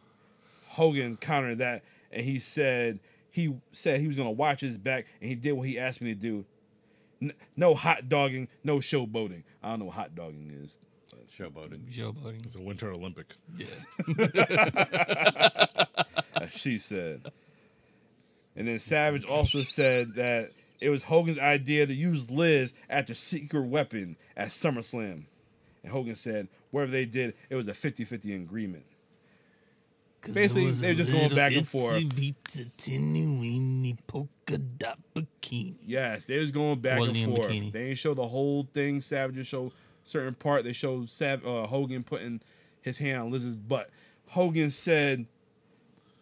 Speaker 3: Hogan countered that, and he said he said he was gonna watch his back, and he did what he asked me to do. N- no hot dogging, no showboating. I don't know what hot dogging is.
Speaker 4: Showboating.
Speaker 2: Showboating.
Speaker 1: It's a Winter Olympic.
Speaker 2: Yeah.
Speaker 3: as she said. And then Savage also said that it was Hogan's idea to use Liz as the secret weapon at SummerSlam. And Hogan said, whatever they did, it was a 50 50 agreement.
Speaker 2: 'Cause
Speaker 3: Basically,
Speaker 2: it was
Speaker 3: they're
Speaker 2: a
Speaker 3: just going
Speaker 2: little
Speaker 3: back and forth.
Speaker 2: itsy bitsy teeny weeny polka dot bikini.
Speaker 3: Yes, they was going back
Speaker 2: Quality
Speaker 3: and
Speaker 2: and
Speaker 3: forth.
Speaker 2: bikini.
Speaker 3: They ain't show the whole thing. Savage just show certain part. They showed Sav- uh, Hogan putting his hand on Liz's butt. Hogan said,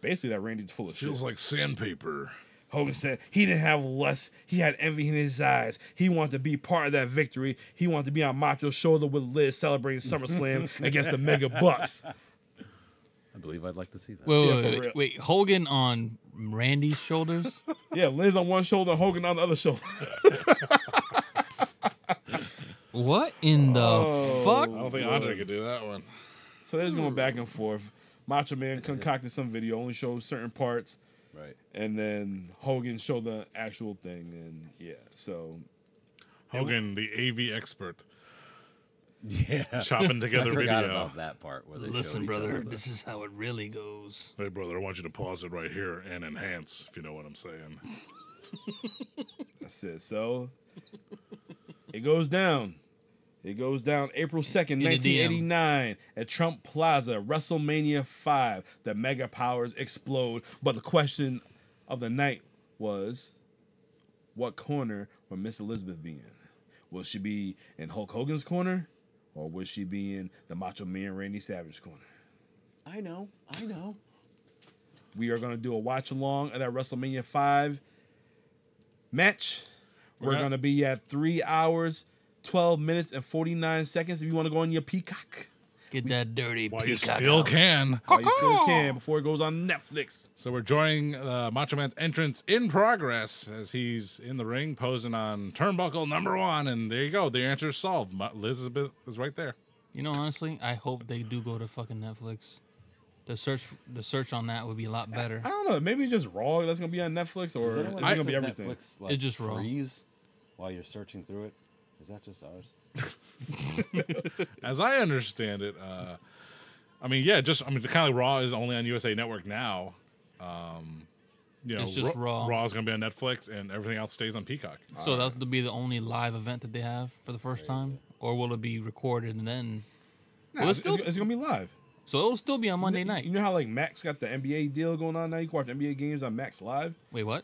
Speaker 3: basically, that Randy's full of shit.
Speaker 1: Feels like sandpaper.
Speaker 3: Hogan said he didn't have lust. He had envy in his eyes. He wanted to be part of that victory. He wanted to be on Macho's shoulder with Liz celebrating SummerSlam against the Mega Bucks.
Speaker 4: I believe I'd like to see that.
Speaker 2: Wait,
Speaker 3: Yeah,
Speaker 2: wait,
Speaker 3: for
Speaker 2: wait,
Speaker 3: real.
Speaker 2: wait, wait. Hogan on Randy's shoulders?
Speaker 3: Yeah, Liz on one shoulder, Hogan on the other shoulder.
Speaker 2: What in the
Speaker 3: Oh.
Speaker 1: I
Speaker 2: fuck?
Speaker 1: don't think Andre could do that one.
Speaker 3: So they're just going back and forth. Macho Man concocted some video, only showed certain parts,
Speaker 4: Right.
Speaker 3: and then Hogan showed the actual thing. And yeah, so
Speaker 1: Hogan, the AV expert,
Speaker 4: Yeah.
Speaker 1: chopping
Speaker 4: I
Speaker 1: together
Speaker 4: forgot
Speaker 1: video.
Speaker 4: about that part. Where they showed
Speaker 2: Listen,
Speaker 4: each
Speaker 2: brother,
Speaker 4: other.
Speaker 2: this is how it really goes.
Speaker 1: Hey, brother, I want you to pause it right here and enhance, if you know what I'm saying.
Speaker 3: that's it. So it goes down. It goes down April 2nd,
Speaker 2: In the DM.
Speaker 3: 1989 at Trump Plaza, WrestleMania 5. The mega powers explode. But the question of the night was what corner will Miss Elizabeth be in? Will she be in Hulk Hogan's corner or will she be in the Macho Man Randy Savage corner?
Speaker 4: I know. I know.
Speaker 3: We are going to do a watch along of that WrestleMania 5 match. We're,
Speaker 1: not-
Speaker 3: going to be at three hours, 12 minutes, and 49 seconds. If you want to go on your peacock,
Speaker 2: Get that dirty
Speaker 1: While you
Speaker 2: peacock
Speaker 1: still
Speaker 2: out.
Speaker 1: can.
Speaker 3: while you still can before it goes on Netflix.
Speaker 1: So we're joining uh, Macho Man's entrance in progress as he's in the ring posing on turnbuckle number one. And there you go. The answer's solved. Ma- Elizabeth is right there.
Speaker 2: You know, honestly, I hope they do go to fucking Netflix. The search, the search on that would be a lot better.
Speaker 3: I don't know. Maybe just Raw. That's gonna be on Netflix, or it's gonna be everything.
Speaker 4: Netflix, like,
Speaker 2: just raw.
Speaker 4: freeze while you're searching through it. Is that just ours?
Speaker 1: As I understand it, uh, I mean, yeah, just I mean, kind of like Raw is only on USA Network now. Um, you know,
Speaker 2: It's just Raw.
Speaker 1: Raw is going to be on Netflix, and everything else stays on Peacock.
Speaker 2: So that would be the only live event that they have for the first time, or will it be recorded and then?
Speaker 3: Nah,
Speaker 2: well, it's
Speaker 3: it's,
Speaker 2: still,
Speaker 3: it's- it's gonna be live.
Speaker 2: so it'll still be on Monday
Speaker 3: You
Speaker 2: night.
Speaker 3: know how like Max got the NBA deal going on now. You can watch NBA games on Max Live.
Speaker 2: Wait, what?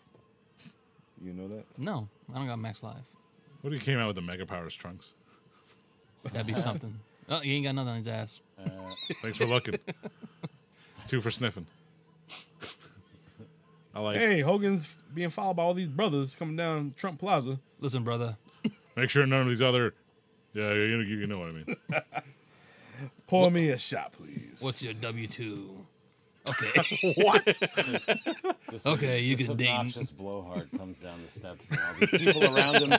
Speaker 3: You know that.
Speaker 2: No, I don't got Max Live.
Speaker 1: What if he came out with the Mega Powers trunks?
Speaker 2: That'd be something. Oh, he ain't got nothing on his ass.
Speaker 1: Thanks for looking. Two for sniffing. I like.
Speaker 3: Hey, Hogan's being followed by all these brothers coming down Trump Plaza.
Speaker 2: Listen, brother.
Speaker 1: Make sure none of these other. Yeah, you know, you know what I mean.
Speaker 3: Pour me a shot, please.
Speaker 2: What's your W two? Okay.
Speaker 4: This,
Speaker 2: Okay, you
Speaker 4: this
Speaker 2: can ding.
Speaker 4: obnoxious blowhard comes down the steps, and all these people around him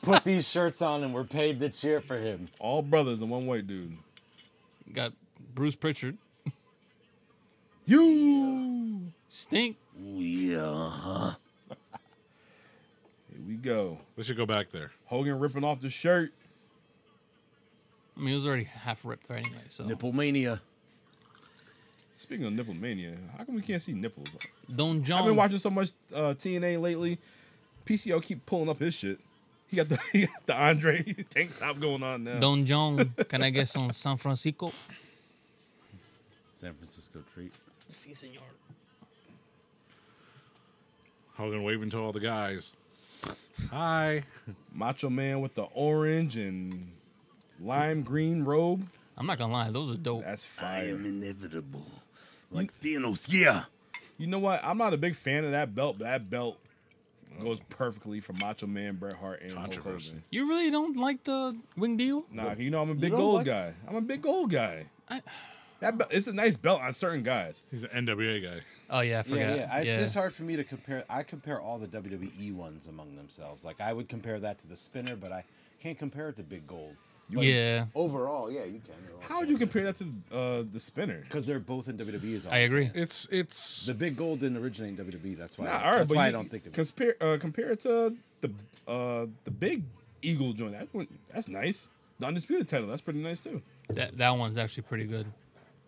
Speaker 4: put these shirts on, and we're paid to cheer for him.
Speaker 3: All brothers and one white dude.
Speaker 2: got Bruce Pritchard.
Speaker 3: You.
Speaker 2: Stink.
Speaker 3: Here we go.
Speaker 1: We should go back there.
Speaker 3: Hogan ripping off the shirt.
Speaker 2: I mean, it was already half ripped there anyway. So
Speaker 4: Nipple mania.
Speaker 3: Speaking of nipple mania, how come we can't see nipples?
Speaker 2: Don John.
Speaker 3: I've been watching so much uh, TNA lately. PCO keep pulling up his shit. He got the he got the Andre tank top going on now.
Speaker 2: Don John. Can I get some San Francisco?
Speaker 4: San Francisco treat.
Speaker 2: Si, senor.
Speaker 1: Hogan waving to all the guys. Hi.
Speaker 3: Macho Man with the orange and lime green robe.
Speaker 2: I'm not gonna lie, those are dope.
Speaker 3: That's fire.
Speaker 4: inevitable, like Thanos. Yeah.
Speaker 3: You know what? I'm not a big fan of that belt, but that belt goes perfectly for Macho Man, Bret Hart, and Hulk
Speaker 1: Controversy.
Speaker 3: Hogan.
Speaker 2: You really don't like the wing deal?
Speaker 3: Nah, you know I'm a big
Speaker 4: don't
Speaker 3: gold
Speaker 4: like-
Speaker 3: guy. I'm a big gold guy.
Speaker 2: I-
Speaker 3: that belt, it's a nice belt on certain guys.
Speaker 1: He's an NWA guy.
Speaker 2: Oh yeah, I forgot.
Speaker 4: Yeah, yeah. I- It's just hard for me to compare. I compare all the WWE ones among themselves. Like I would compare that to the spinner, but I can't compare it to Big Gold. But
Speaker 2: Yeah,
Speaker 4: Overall, yeah, you can.
Speaker 3: How would you compare that to uh, the spinner?
Speaker 4: Because they're both in WWE. Is all
Speaker 2: I
Speaker 4: I'm saying.
Speaker 2: agree.
Speaker 1: It's it's
Speaker 4: The Big Gold didn't originate in WWE. That's why.
Speaker 3: Nah,
Speaker 4: I,
Speaker 3: all right,
Speaker 4: that's
Speaker 3: but
Speaker 4: why
Speaker 3: you,
Speaker 4: I don't think of it.
Speaker 3: compare uh, compare it to the uh, the big eagle joint. That one, that's nice. The undisputed title, that's pretty nice too.
Speaker 2: That that one's actually pretty good.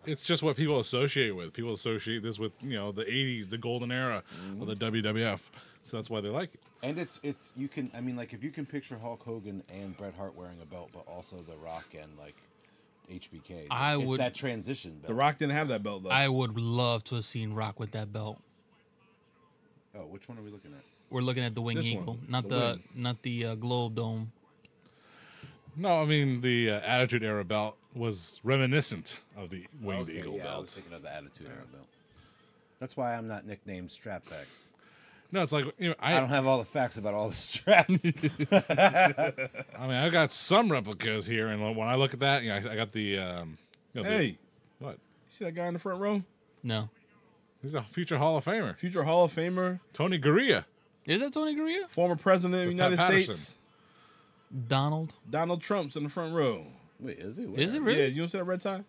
Speaker 1: it's just what people associate with. People associate this with you know the '80s, the golden era of the WWF. So that's why they like it.
Speaker 4: And it's it's you can I mean like if you can picture Hulk Hogan and Bret Hart wearing a belt, but also The Rock and like HBK.
Speaker 2: I
Speaker 4: it's
Speaker 2: would-
Speaker 4: that transition belt.
Speaker 3: The Rock didn't have that belt though.
Speaker 2: I would love to have seen Rock with that belt.
Speaker 4: Oh, which one are we looking at?
Speaker 2: We're looking at the wing
Speaker 3: This one,
Speaker 2: eagle, not
Speaker 3: the
Speaker 2: the, not the uh, globe dome.
Speaker 1: No, I mean the uh, Attitude Era belt was reminiscent of the Winged
Speaker 4: Okay,
Speaker 1: Eagle
Speaker 4: yeah, I
Speaker 1: belt.
Speaker 4: was thinking of the Attitude Era belt. That's why I'm not nicknamed Strapbacks.
Speaker 1: No, it's like you know, I,
Speaker 4: I don't have all the facts about all the straps.
Speaker 1: I mean, I've got some replicas here, and when I look at that, you know, I, I got the. Um, you know, the-
Speaker 3: hey, you
Speaker 1: what?
Speaker 3: see that guy in the front row?
Speaker 2: No,
Speaker 1: He's a future Hall of Famer,
Speaker 3: Future Hall of Famer,
Speaker 1: Tony Gurria.
Speaker 2: is that Tony Gurria?
Speaker 3: former president of the
Speaker 1: That's
Speaker 3: United
Speaker 1: Pat Patterson.
Speaker 3: States.
Speaker 2: Donald?
Speaker 3: Donald Trump's in the front row.
Speaker 4: Wait, is it?
Speaker 2: Is it really?
Speaker 3: Yeah, you don't see that red tie?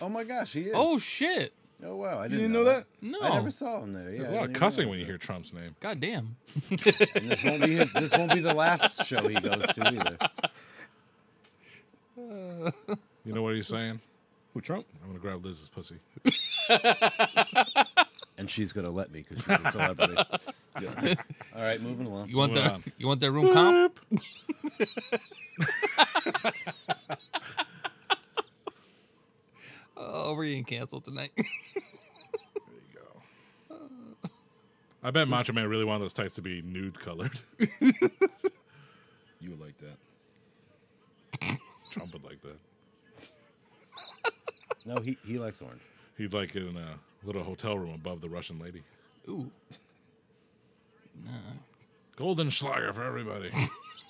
Speaker 4: Oh my gosh, he is.
Speaker 2: Oh shit!
Speaker 4: oh wow,
Speaker 3: You
Speaker 4: I didn't,
Speaker 3: didn't know that?
Speaker 2: No,
Speaker 4: I never saw him there. Yeah,
Speaker 1: There's a
Speaker 4: I
Speaker 1: lot
Speaker 4: didn't
Speaker 1: of
Speaker 4: even
Speaker 1: cussing
Speaker 4: realize
Speaker 1: when you
Speaker 4: that.
Speaker 1: hear Trump's name.
Speaker 2: God damn.
Speaker 4: And this won't be his, this won't be the last show he goes to either.
Speaker 1: You know what he's saying?
Speaker 3: Who Trump?
Speaker 1: I'm gonna grab Liz's pussy.
Speaker 4: And she's gonna let me because she's a celebrity. All right, moving along.
Speaker 2: You want
Speaker 1: Moving
Speaker 2: that?
Speaker 1: on.
Speaker 2: You want that room comp? Oh, we're getting canceled tonight.
Speaker 1: I bet Macho Man really wanted those tights to be nude colored.
Speaker 3: You would like that.
Speaker 1: Trump would like that.
Speaker 4: No, he, he likes orange.
Speaker 1: He'd like it in a little hotel room above the Russian lady.
Speaker 2: Ooh,
Speaker 1: Golden Schlager for everybody.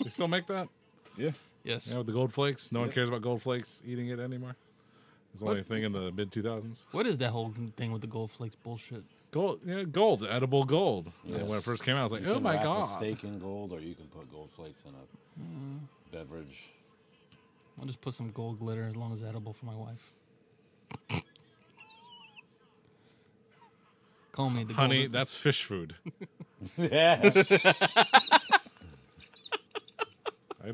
Speaker 1: they still make that?
Speaker 3: Yeah.
Speaker 2: yes.
Speaker 1: Yeah, with the gold flakes. No one cares about gold flakes eating it anymore. It's only a thing in the mid 2000s.
Speaker 2: What is that whole thing with the gold flakes bullshit?
Speaker 1: Gold, yeah, gold, edible gold. Yeah,
Speaker 4: Yes.
Speaker 1: when it first came out, I was like,
Speaker 4: You
Speaker 1: oh
Speaker 4: can
Speaker 1: my
Speaker 4: wrap
Speaker 1: god.
Speaker 4: A steak in gold, or you can put gold flakes in a beverage.
Speaker 2: I'll just put some gold glitter as long as it's edible for my wife. Call me the
Speaker 1: Honey,
Speaker 2: golden-
Speaker 1: that's fish food. I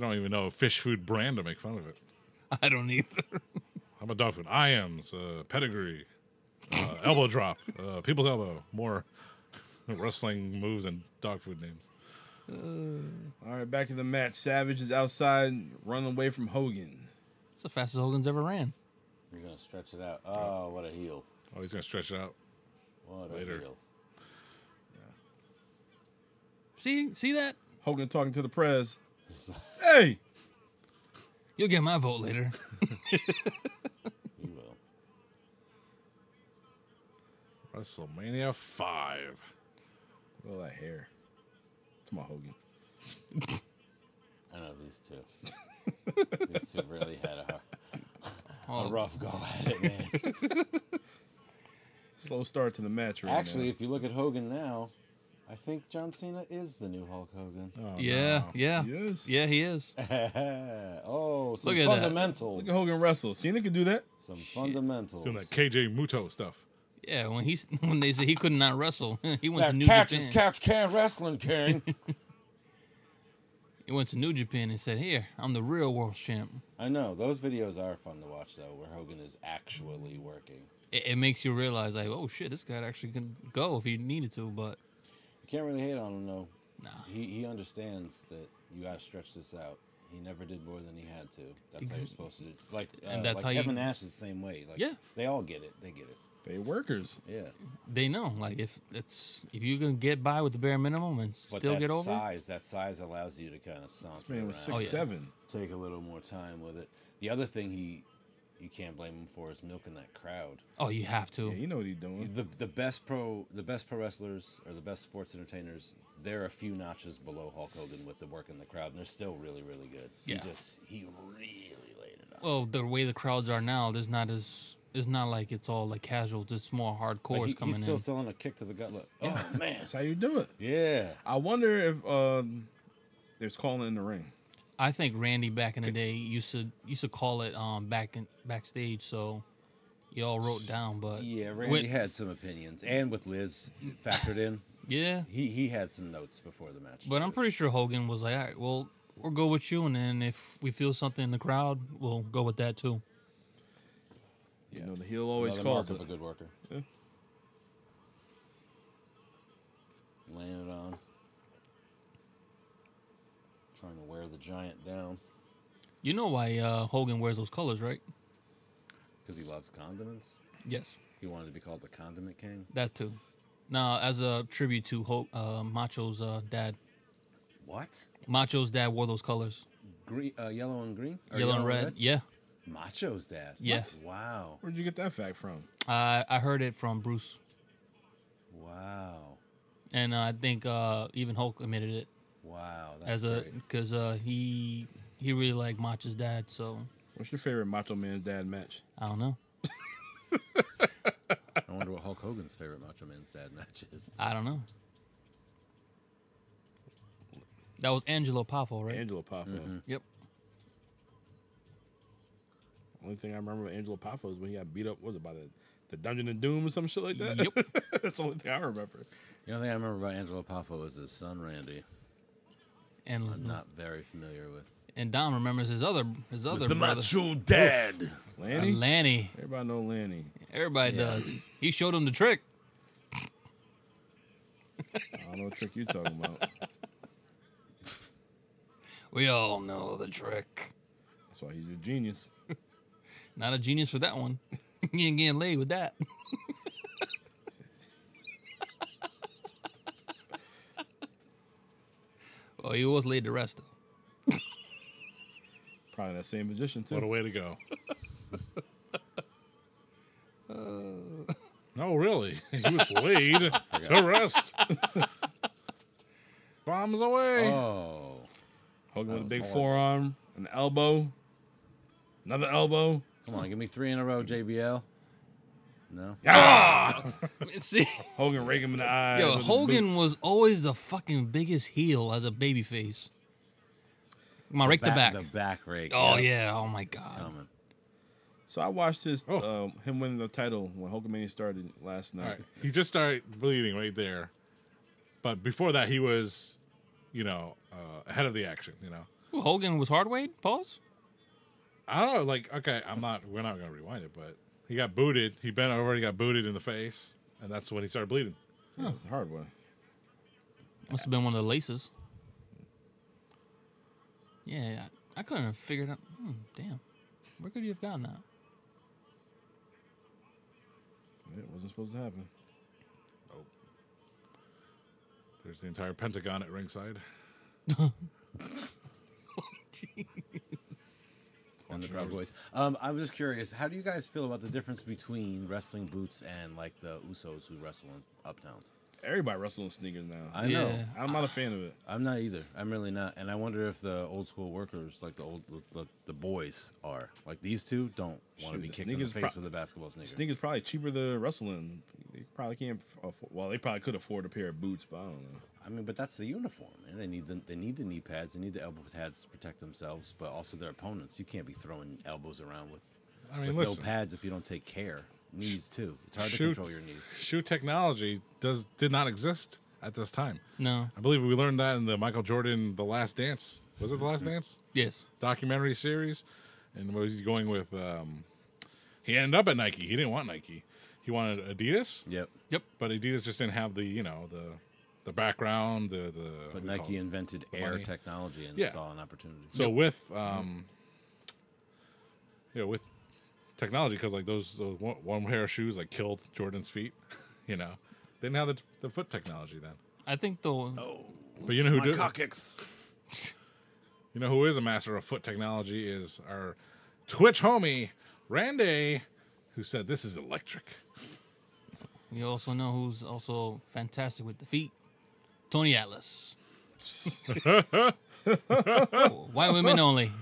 Speaker 1: don't even know a fish food brand to make fun of it.
Speaker 2: I don't either.
Speaker 1: I'm a dog food. Iams, uh, pedigree, uh, elbow drop, uh, people's elbow. More wrestling moves and dog food names.
Speaker 3: All right, back to the match. Savage is outside running away from Hogan.
Speaker 2: It's the fastest Hogan's ever ran.
Speaker 5: You're gonna stretch it out. Oh, what a heel!
Speaker 1: Oh, he's gonna stretch it out.
Speaker 5: What
Speaker 1: Later.
Speaker 5: a heel!
Speaker 2: See, see that?
Speaker 3: Hogan talking to the press. Hey,
Speaker 2: You'll get my vote later.
Speaker 5: You will.
Speaker 1: WrestleMania five.
Speaker 3: all that hair. Come on, Hogan.
Speaker 5: I know these two. these two really had a, hard, a
Speaker 2: Oh.
Speaker 5: rough go at it, man.
Speaker 3: Slow start to the match, right
Speaker 5: Actually,
Speaker 3: now.
Speaker 5: if you look at Hogan now, I think John Cena is the new Hulk Hogan.
Speaker 1: Oh,
Speaker 2: yeah,
Speaker 1: no.
Speaker 2: yeah,
Speaker 3: He is.
Speaker 2: yeah. He is.
Speaker 5: oh, some
Speaker 2: Look at that.
Speaker 5: fundamentals.
Speaker 3: Look at Hogan wrestle. Cena can do that.
Speaker 5: Some fundamentals.
Speaker 1: Doing that KJ Muto stuff.
Speaker 2: Yeah, when he's when they said he could not wrestle, he went to
Speaker 5: That
Speaker 2: New
Speaker 5: catch
Speaker 2: Japan.
Speaker 5: is catch can wrestling king.
Speaker 2: He went to New Japan and said, "Here, I'm the real world champ."
Speaker 5: I know those videos are fun to watch though, where Hogan is actually working.
Speaker 2: It, it makes you realize, like, oh shit, this guy actually can go if he needed to. But
Speaker 5: You can't really hate on him though.
Speaker 2: nah,
Speaker 5: He he understands that you got to stretch this out. He never did more than he had to. That's how you're supposed to do. Like, uh,
Speaker 2: And that's
Speaker 5: like
Speaker 2: how you-
Speaker 5: Kevin Nash is the same way. Like,
Speaker 2: Yeah.
Speaker 5: they all get it. They get it.
Speaker 3: They workers.
Speaker 5: Yeah.
Speaker 2: they know, like, if it's if you can get by with the bare minimum and
Speaker 5: But
Speaker 2: still
Speaker 5: that
Speaker 2: get over,
Speaker 5: size, that size allows you to kind of
Speaker 3: This
Speaker 5: saunter
Speaker 3: man
Speaker 5: around.
Speaker 3: was six
Speaker 2: Oh, yeah.
Speaker 3: seven.
Speaker 5: Take a little more time with it. The other thing he, you can't blame him for is milking that crowd.
Speaker 2: oh, you have to.
Speaker 3: Yeah, you know what he's doing.
Speaker 5: The the best pro the best pro wrestlers or the best sports entertainers, they're a few notches below Hulk Hogan with the work in the crowd, and they're still really really good.
Speaker 2: Yeah.
Speaker 5: He just he really laid it on.
Speaker 2: Well, the way the crowds are now, there's not as it's not like it's all like casual. There's more hardcores
Speaker 5: Like, he-
Speaker 2: coming
Speaker 5: he's still
Speaker 2: in.
Speaker 5: selling a kick to the gut. Look, oh man,
Speaker 3: That's how you do it.
Speaker 5: yeah.
Speaker 3: I wonder if um, there's calling in the ring.
Speaker 2: I think Randy back in the day used to used to call it um back in backstage, so you all wrote down. But
Speaker 5: Yeah, Randy
Speaker 2: When-
Speaker 5: had some opinions, and with Liz factored in,
Speaker 2: yeah.
Speaker 5: he he had some notes before the match.
Speaker 2: But I'm
Speaker 5: too.
Speaker 2: pretty sure Hogan was like, all right, well, we'll go with you, and then if we feel something in the crowd, we'll go with that too.
Speaker 3: You know, the heel always
Speaker 5: Another
Speaker 3: calls.
Speaker 5: mark of
Speaker 3: it.
Speaker 5: a good worker.
Speaker 3: Yeah.
Speaker 5: Laying it on. Trying to wear the giant down
Speaker 2: You know why uh, Hogan wears those colors, right?
Speaker 5: because he loves condiments.
Speaker 2: Yes,
Speaker 5: He wanted to be called the Condiment King.
Speaker 2: that too. Now, as a tribute to Ho- uh, Macho's uh, dad,
Speaker 5: What?
Speaker 2: Macho's dad wore those colors,
Speaker 5: Green, uh, yellow and green. Or
Speaker 2: yellow and red. Yeah,
Speaker 5: Macho's dad.
Speaker 2: Yeah.
Speaker 5: What? Wow.
Speaker 3: Where'd you get that fact from?
Speaker 2: I I heard it from Bruce,
Speaker 5: Wow.
Speaker 2: and uh, I think uh, even Hulk admitted it
Speaker 5: Wow. That's
Speaker 2: as a
Speaker 5: great.
Speaker 2: because uh, he he really liked Macho's dad, so
Speaker 3: What's your favorite Macho Man's dad match?
Speaker 2: I don't know.
Speaker 5: I wonder what Hulk Hogan's favorite Macho Man's dad match is.
Speaker 2: I don't know. That was Angelo Poffo, right?
Speaker 3: Angelo Poffo.
Speaker 5: Mm-hmm.
Speaker 2: Yep.
Speaker 3: Only thing I remember of Angelo Poffo is when he got beat up. What was it by the, the Dungeon of Doom or some shit like that?
Speaker 2: Yep.
Speaker 3: That's the only thing I remember.
Speaker 5: The only thing I remember about Angelo Poffo is his son Randy. I'm
Speaker 2: And
Speaker 5: not very familiar with.
Speaker 2: and Dom remembers his other his other brother,
Speaker 5: Dad.
Speaker 3: Lanny.
Speaker 2: Lanny.
Speaker 3: Everybody know Lanny.
Speaker 2: Everybody does. He showed him the trick.
Speaker 3: I don't know what trick you talking about.
Speaker 2: We all know the trick.
Speaker 3: That's why he's a genius.
Speaker 2: Not a genius for that one. you ain't getting laid with that. well, he was laid to rest though.
Speaker 3: Probably that same position
Speaker 1: What a
Speaker 3: too.
Speaker 1: way to go. No, really. He was laid to rest. Bombs away.
Speaker 5: Oh.
Speaker 3: Hogan with a
Speaker 5: was
Speaker 3: big
Speaker 5: hard.
Speaker 3: forearm, an elbow, another elbow.
Speaker 5: Come on, give me three in a row, JBL. No.
Speaker 2: See,
Speaker 3: Hogan rake him in the eye.
Speaker 2: yo,
Speaker 3: with his
Speaker 2: Hogan
Speaker 3: boot.
Speaker 2: was always the fucking biggest heel as a babyface. Come on, rake the back.
Speaker 5: The back rake.
Speaker 2: Oh
Speaker 5: yep.
Speaker 2: yeah! Oh my god!
Speaker 5: Coming.
Speaker 3: So I watched his
Speaker 1: Oh.
Speaker 3: um, him winning the title when Hulkamania started last night.
Speaker 1: All right. He just started bleeding right there. But before that, he was, you know, uh, ahead of the action, you know.
Speaker 2: Ooh, Hogan was hard weighed. Pause.
Speaker 1: I don't know, like, okay, I'm not, we're not going to rewind it, but he got booted. He bent over, he got booted in the face, and that's when he started bleeding.
Speaker 3: Yeah, it's a hard one.
Speaker 2: Must have been one of the laces. Yeah, I, I couldn't have figured out. Hmm, damn, where could you have gotten that?
Speaker 3: It wasn't supposed to happen.
Speaker 1: There's the entire Pentagon at ringside.
Speaker 5: on the Proud Boys. Um, I'm just curious, how do you guys feel about the difference between wrestling boots and like the Usos who wrestle in uptowns?
Speaker 3: Everybody wrestles in sneakers now. I,
Speaker 5: I know.
Speaker 2: Yeah.
Speaker 3: am not a fan of it.
Speaker 5: I'm not either. I'm really not. And I wonder if the old school workers, like the old the, the boys, are like these two don't want to
Speaker 3: Shoot, the
Speaker 5: be kicked in the
Speaker 3: sneakers
Speaker 5: face
Speaker 3: pro-
Speaker 5: with a basketball sneaker.
Speaker 3: Sneakers probably cheaper to wrestle in. They probably can't. Afford, well, they probably could afford a pair of boots, but I don't know.
Speaker 5: I mean, but that's the uniform, and they need the they need the knee pads, they need the elbow pads to protect themselves, but also their opponents. You can't be throwing elbows around with,
Speaker 1: I mean,
Speaker 5: with
Speaker 1: listen.
Speaker 5: no pads if you don't take care. Knees too. It's hard to
Speaker 1: Shoot.
Speaker 5: control your knees.
Speaker 1: Shoe technology does did not exist at this time.
Speaker 2: No.
Speaker 1: I believe we learned that in the Michael Jordan The Last Dance. Was it The Last Dance?
Speaker 2: Yes.
Speaker 1: documentary series, and what was he going with? Um, he ended up at Nike. He didn't want Nike. He wanted Adidas,
Speaker 5: Yep.
Speaker 2: Yep.
Speaker 1: but Adidas just didn't have the you know the the background, the the. what
Speaker 5: But
Speaker 1: do you call
Speaker 5: Nike
Speaker 1: it?
Speaker 5: invented air
Speaker 1: money.
Speaker 5: technology and
Speaker 1: Yeah.
Speaker 5: saw an opportunity.
Speaker 1: so with um, you know with technology because like those, those one, one pair of shoes like killed Jordan's feet, you know. Didn't have the, the foot technology then,
Speaker 2: I think though.
Speaker 1: but you know who
Speaker 4: My
Speaker 1: did.
Speaker 4: cock kicks.
Speaker 1: You know who is a master of foot technology is our Twitch homie Randy, who said this is electric.
Speaker 2: You also know who's also fantastic with the feet? Tony Atlas. Oh, White women only.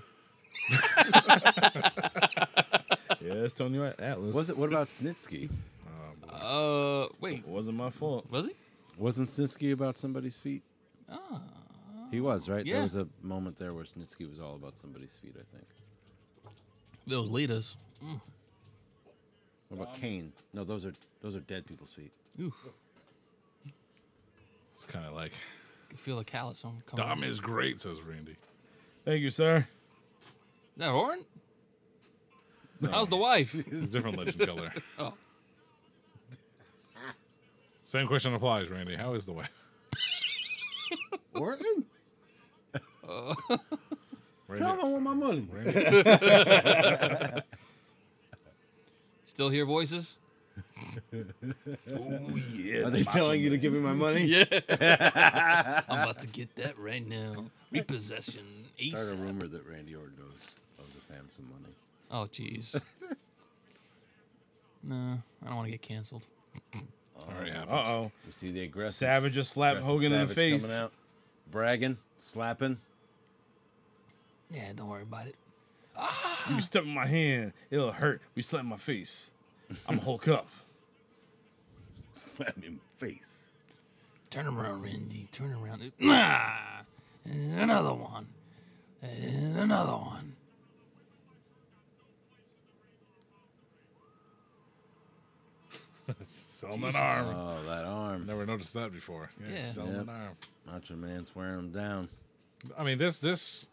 Speaker 3: Yeah, it's Tony Atlas.
Speaker 5: Was it? What about Snitsky?
Speaker 2: Uh, wait,
Speaker 3: Wasn't my fault.
Speaker 2: was he?
Speaker 5: Wasn't Snitsky about somebody's feet?
Speaker 1: Ah.
Speaker 5: He was right.
Speaker 2: yeah.
Speaker 5: There was a moment there where Snitsky was all about somebody's feet. I think.
Speaker 2: Those leaders.
Speaker 5: What
Speaker 1: Um,
Speaker 5: about Kane? No, those are those are dead people's feet.
Speaker 2: Ooh,
Speaker 1: It's kind of like
Speaker 2: I can feel a callus on coming.
Speaker 1: Dom is great, says Randy.
Speaker 3: Thank you, sir.
Speaker 2: Is that Orin? How's the wife?
Speaker 1: It's a different legend killer.
Speaker 2: Oh,
Speaker 1: Same question applies, Randy. How is the way?
Speaker 5: Orton,
Speaker 1: Randy,
Speaker 4: I want my money.
Speaker 1: Randy,
Speaker 2: still hear voices?
Speaker 5: are they telling you to give me my money? yeah.
Speaker 2: I'm about to get that right now. Repossession.
Speaker 5: I heard a
Speaker 2: ASAP.
Speaker 5: rumor that Randy Orton owes owes a fan some money.
Speaker 2: Oh, jeez. no, I don't want to get canceled.
Speaker 1: already
Speaker 3: Uh
Speaker 1: happened.
Speaker 3: oh.
Speaker 5: You see the aggressive
Speaker 3: Savage just slapped
Speaker 5: aggressive
Speaker 3: Hogan in the
Speaker 5: Savage
Speaker 3: face.
Speaker 5: coming out, bragging, slapping.
Speaker 2: Yeah, don't worry about it.
Speaker 3: You step in my hand, it'll hurt. We slap in my face. I'm Hulk up.
Speaker 5: Slap him face.
Speaker 2: Turn around, Randy. Turn around. Nah. And another one. And another one.
Speaker 1: Selling an arm.
Speaker 5: Oh, that arm.
Speaker 1: Never noticed that before. Yeah,
Speaker 2: Yeah.
Speaker 1: selling
Speaker 5: Yep.
Speaker 1: an arm.
Speaker 5: Macho Man's wearing him down.
Speaker 1: I mean, this this